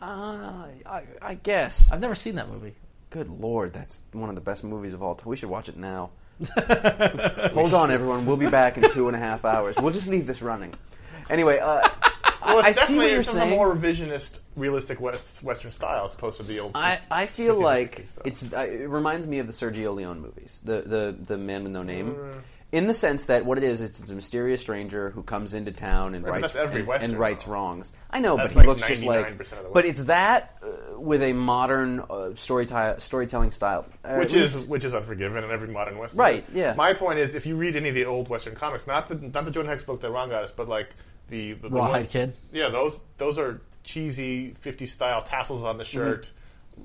S1: Ah, I, I guess.
S4: I've never seen that movie.
S1: Good lord, that's one of the best movies of all time. We should watch it now. Hold on, everyone. We'll be back in two and a half hours. We'll just leave this running. Anyway, uh,
S3: Well, it's
S1: I see
S3: definitely
S1: what you're
S3: some
S1: saying.
S3: of the more revisionist, realistic West, Western style as opposed to the old.
S1: I, I feel
S3: 50s and
S1: like
S3: 60s stuff.
S1: it's I, it reminds me of the Sergio Leone movies, the the the Man
S3: Uh,
S1: with No Name, in the sense that what it is, it's, it's a mysterious stranger who comes into town and
S3: but
S1: rights
S3: that's every
S1: and,
S3: Western,
S1: and rights
S3: though.
S1: wrongs. I know,
S3: That's
S1: but he
S3: like
S1: looks just
S3: 99%
S1: like.
S3: of the Western.
S1: But it's that uh, with a modern uh, story ti- storytelling style, or
S3: which
S1: at least-
S3: is which is Unforgiven and every modern Western.
S1: Right, yeah.
S3: My point is, if you read any of the old Western comics, not the not the Jonah Hex book that Ron got us, but like the the, the
S4: Rawhide
S3: ones-
S4: Kid.
S3: Yeah, those those are cheesy 50s style tassels on the shirt.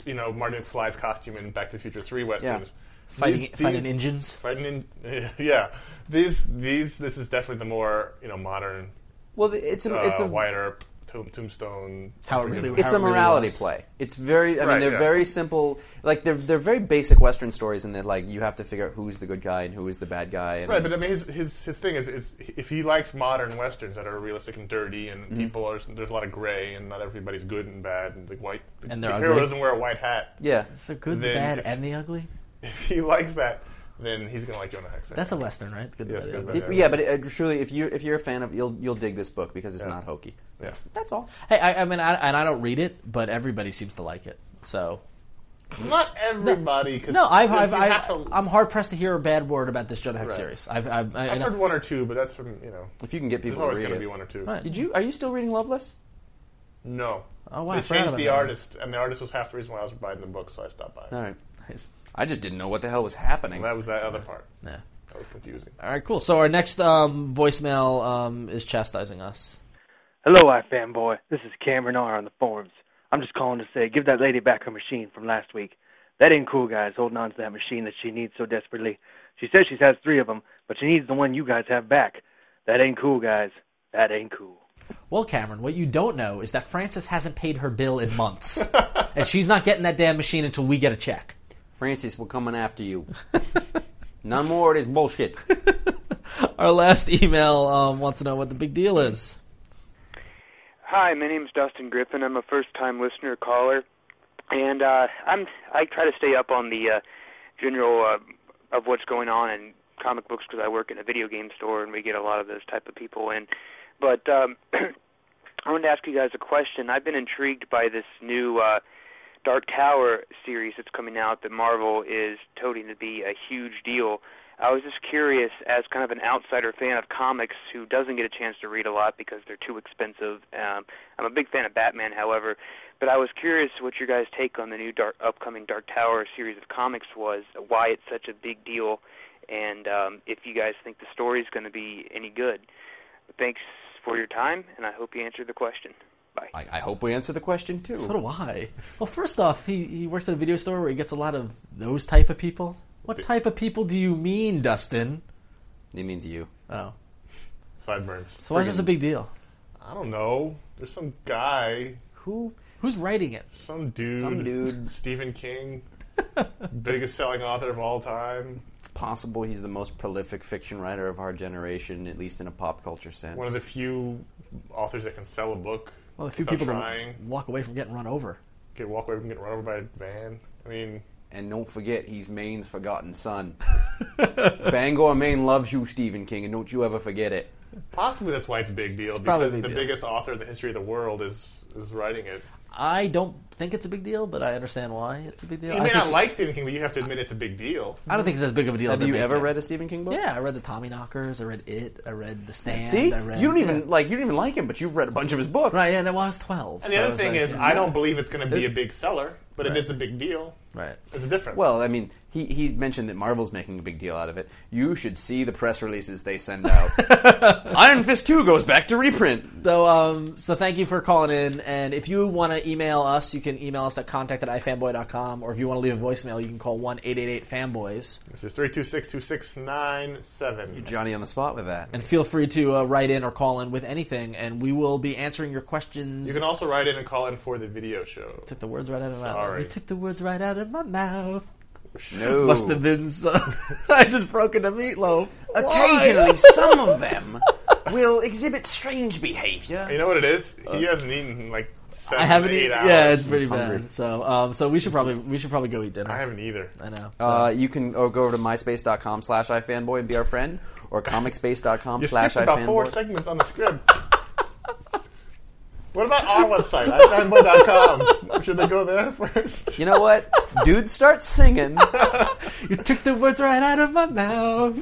S3: You know, Marty McFly's costume in Back to the Future Three westerns.
S1: Mm-hmm. Yeah.
S4: Fighting,
S3: These-
S4: fighting
S3: these-
S4: engines.
S3: Fighting in, yeah. These these this is definitely the more you know modern,
S1: well, it's a
S3: uh,
S1: it's a
S3: Wyatt Earp, tomb, Tombstone.
S4: How it really-
S1: it's
S4: how
S1: a
S4: it really
S1: morality
S4: was.
S1: play. It's very. I mean,
S3: Right,
S1: they're
S3: yeah.
S1: very simple. Like they're they're very basic Western stories, and they're like you have to figure out who's the good guy and who is the bad guy. And
S3: Right, but I mean, his his, his thing is, is if he likes modern westerns that are realistic and dirty, and
S4: Mm-hmm.
S3: people are there's a lot of gray, and not everybody's good and bad, and the white the,
S4: And they're
S3: the
S4: ugly.
S3: hero doesn't wear a white hat.
S1: yeah,
S4: The good, the
S3: Then
S4: bad,
S3: if-
S4: and the ugly.
S3: If he likes that, then he's gonna like Jonah Hex. I
S4: That's a
S3: think.
S4: Western, right? Good,
S3: Yes,
S4: bad,
S3: good,
S4: ugly.
S3: bad.
S1: It- yeah, but it, uh, truly, if you if you're a fan of, you'll you'll dig this book because it's not hokey.
S3: yeah.
S1: That's all.
S4: Hey, I, I mean, I, and I don't read it, but everybody seems to like it. So
S3: Not everybody. Cause,
S4: no, I've,
S3: 'cause
S4: I've,
S3: you
S4: I've
S3: have to-
S4: I'm hard pressed to hear a bad word about this Jonah Hex
S3: Right.
S4: series. I've, I've, I,
S3: I've
S4: and I-
S3: heard one or two, but that's from you know.
S1: If you can get
S3: There's
S1: people to
S3: always
S1: read
S3: gonna
S1: it.
S3: be one or two.
S4: Right.
S1: Did you are you still reading Loveless?
S3: No.
S4: Oh, wow, I
S3: They
S4: forgot
S3: changed
S4: about
S3: the
S4: that.
S3: artist, and the artist was half the reason why I was buying the book, so I stopped buying.
S1: All right.
S4: Nice.
S1: I just didn't know what the hell was happening.
S3: And that was that other part.
S4: Yeah.
S3: That was confusing.
S4: All right, cool. So our next um, voicemail um, is chastising us.
S8: Hello, I fanboy. This is Cameron R on the forums. I'm just calling to say, give that lady back her machine from last week. That ain't cool, guys. Holding on to that machine that she needs so desperately. She says she has three of them, but she needs the one you guys have back. That ain't cool, guys. That ain't cool.
S4: Well, Cameron, what you don't know is that Frances hasn't paid her bill in months, and she's not getting that damn machine until we get a check.
S1: Francis, we're coming after you. None more of this bullshit.
S4: Our last email um, wants to know what the big deal is.
S9: Hi, my name's Dustin Griffin. I'm a first-time listener caller, and uh, I'm I try to stay up on the uh, general uh, of what's going on in comic books because I work in a video game store and we get a lot of those type of people in. But um, I wanted to ask you guys a question. I've been intrigued by this new uh, Dark Tower series that's coming out that Marvel is toting to be a huge deal. I was just curious, as kind of an outsider fan of comics who doesn't get a chance to read a lot because they're too expensive. Um, I'm a big fan of Batman, however, but I was curious what your guys' take on the new dark, upcoming Dark Tower series of comics was, why it's such a big deal, and um, if you guys think the story's going to be any good. Thanks for your time, and I hope you answered the question. Bye.
S1: I, I hope we answer the question too.
S4: So do I. Well, first off, he, he works at a video store where he gets a lot of those type of people. What type of people do you mean, Dustin?
S1: It means you.
S4: Oh,
S3: Sideburns.
S4: so why is this a big deal?
S3: I don't know. There's some guy
S4: Who who's writing it?
S3: Some dude.
S1: Some dude.
S3: Stephen King. biggest selling author of all time.
S1: It's possible he's the most prolific fiction writer of our generation, at least in a pop culture sense.
S3: One of the few authors that can sell a book.
S4: Well, a few
S3: without
S4: people
S3: trying.
S4: that walk away from getting run over.
S3: Get walk away from getting run over by a van. I mean,
S1: and don't forget, he's Maine's forgotten son. Bangor, Maine loves you, Stephen King, and don't you ever forget it.
S3: possibly that's why it's a big deal.
S4: probably a
S3: because
S4: big
S3: the
S4: deal.
S3: biggest author in the history of the world is is writing it.
S4: I don't think it's a big deal, but I understand why it's a big deal.
S3: You
S4: I,
S3: may
S4: think-
S3: not like Stephen King, but you have to admit it's a big deal.
S4: I don't think it's as big of a deal.
S1: Have
S4: as
S1: you ever read a Stephen King book?
S4: Yeah, I read the Tommy Knockers. I read It. I read The Stand.
S1: See,
S4: I read,
S1: you don't even
S4: Yeah.
S1: like you don't even like him, but you've read a bunch of his books.
S4: right. Yeah, no, well, I was twelve.
S3: And the
S4: so
S3: other
S4: it's
S3: thing
S4: like,
S3: is,
S4: yeah.
S3: I don't believe it's going to be a big seller, but
S4: Right.
S3: it is a big deal.
S4: Right.
S3: There's a difference.
S1: Well, I mean, he, he mentioned that Marvel's making a big deal out of it. You should see the press releases they send out. Iron Fist 2 goes back to reprint.
S4: So, um, so thank you for calling in. And if you want to email us, you can email us at contact at ifanboy.com. Or if you want to leave a voicemail, you can call 1 888 fanboys.
S3: Which is 326
S1: Johnny on the spot with that.
S4: And feel free to uh, write in or call in with anything, and we will be answering your questions.
S3: You can also write in and call in for the video show.
S4: took the words right out of my mouth.
S3: Sorry.
S4: You took the words right out of my mouth.
S1: No.
S4: Must have been. So- I just broke into meatloaf.
S1: Occasionally, some of them will exhibit strange behavior.
S3: You know what it is? He hasn't eaten in like seven,
S4: Uh, I haven't.
S3: eight
S4: eaten.
S3: hours.
S4: Yeah, it's pretty
S1: hungry.
S4: bad. So, um, so we should probably we should probably go eat dinner.
S3: I haven't either.
S4: I know.
S1: Uh, you can oh, go over to myspace.com slash ifanboy and be our friend, or comicspace.com
S3: You
S1: slash
S3: skipped about four
S1: ifanboy.
S3: segments on the script. what about our website, ifanboy.com? Should they go there first?
S1: You know what? Dude starts singing.
S4: you took the words right out of my mouth.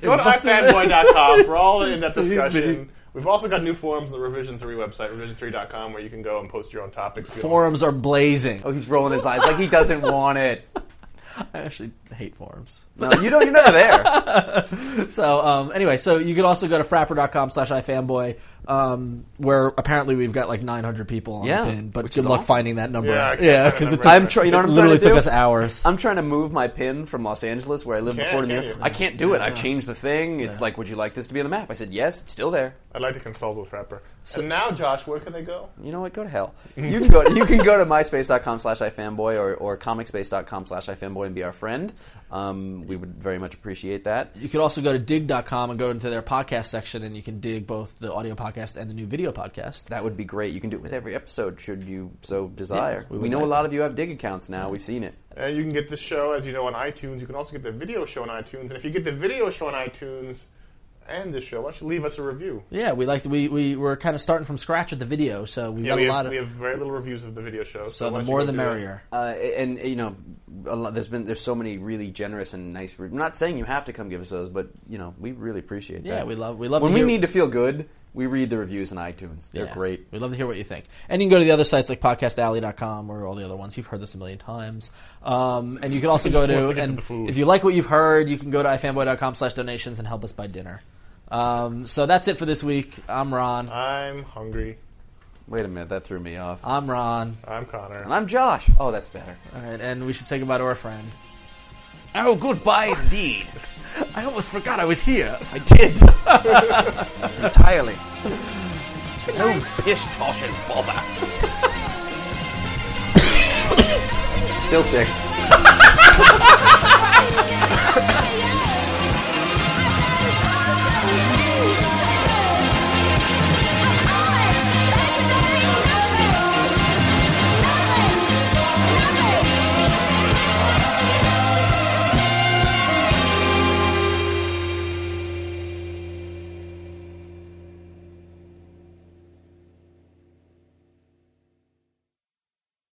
S3: Go to
S4: must have been-
S3: ifanboy.com for all the in-depth
S4: Stupid.
S3: discussion. We've also got new forums on the Revision 3 website, revision3.com, where you can go and post your own topics. if you want.
S4: Forums are blazing.
S1: Oh, he's rolling his eyes like he doesn't want it.
S4: I actually hate forums.
S1: No, you don't. You're never there.
S4: So um, anyway, so you could also go to frapper.com slash ifanboy, um, where apparently we've got like 900 people on
S1: Yeah,
S4: the pin, but
S1: which
S4: good
S1: is
S4: luck
S1: awesome.
S4: finding that number.
S3: Yeah, I
S4: out.
S3: can't
S4: yeah,
S3: find
S4: because
S3: that
S4: it's
S3: number.
S1: I'm try- you know what I'm
S4: it
S1: trying
S4: literally
S1: to do?
S4: took us hours.
S1: I'm trying to move my pin from Los Angeles, where I live
S3: can't,
S1: before, to New
S3: can
S1: York.
S3: you?
S1: I can't do it. I've changed the thing. It's like, would you like this to be on the map? I said yes. It's still there.
S3: I'd like to consult with Rapper. and now, Josh, where can they go?
S1: You know what? Go to hell. You can go. you can go to myspace.com/ifanboy or or comicspace.com/ifanboy and be our friend. Um, we would very much appreciate that.
S4: You could also go to dig.com and go into their podcast section, and you can dig both the audio podcast and the new video podcast.
S1: That would be great. You can do it with every episode, should you so desire.
S4: we
S1: we
S4: would
S1: know
S4: like
S1: a lot of you have dig accounts now. We've seen it.
S3: And you can get the show, as you know, on iTunes. You can also get the video show on iTunes. And if you get the video show on iTunes and this show, why don't you leave us a review?
S4: Yeah, we like we we were kind of starting from scratch with the video, so we've
S3: Yeah,
S4: got
S3: we
S4: a
S3: have,
S4: lot
S3: we have
S4: of
S3: very little reviews of the video show. So,
S4: so
S3: why
S4: the
S3: don't
S4: more
S3: you go
S4: the
S3: do that.
S4: merrier.
S1: Uh, and you know, a lot, there's been there's so many really generous and nice. Re- I'm not saying you have to come give us those, but you know, we really appreciate
S4: Yeah,
S1: that.
S4: we love- we love
S1: when
S4: to
S1: we
S4: hear-
S1: need to feel good. We read the reviews on iTunes. They're
S4: Yeah.
S1: great.
S4: We'd love to hear what you think. And you can go to the other sites like podcastalley.com or all the other ones. You've heard this a million times. Um, and you can also go
S3: Just wants to
S4: to,
S3: get to
S4: and
S3: the food.
S4: if you like what you've heard, you can go to ifanboy.com slash donations and help us buy dinner. Um, so that's it for this week. I'm
S3: Uh,
S4: Ron.
S3: I'm hungry.
S1: Wait a minute, that threw me off.
S4: I'm Ron.
S3: I'm Connor.
S1: and I'm Josh. Oh, that's better.
S4: All right, and we should say goodbye to our friend.
S1: Oh, goodbye indeed.
S4: I almost forgot I was here.
S1: I did entirely. No pish tosh and bother. Still sick.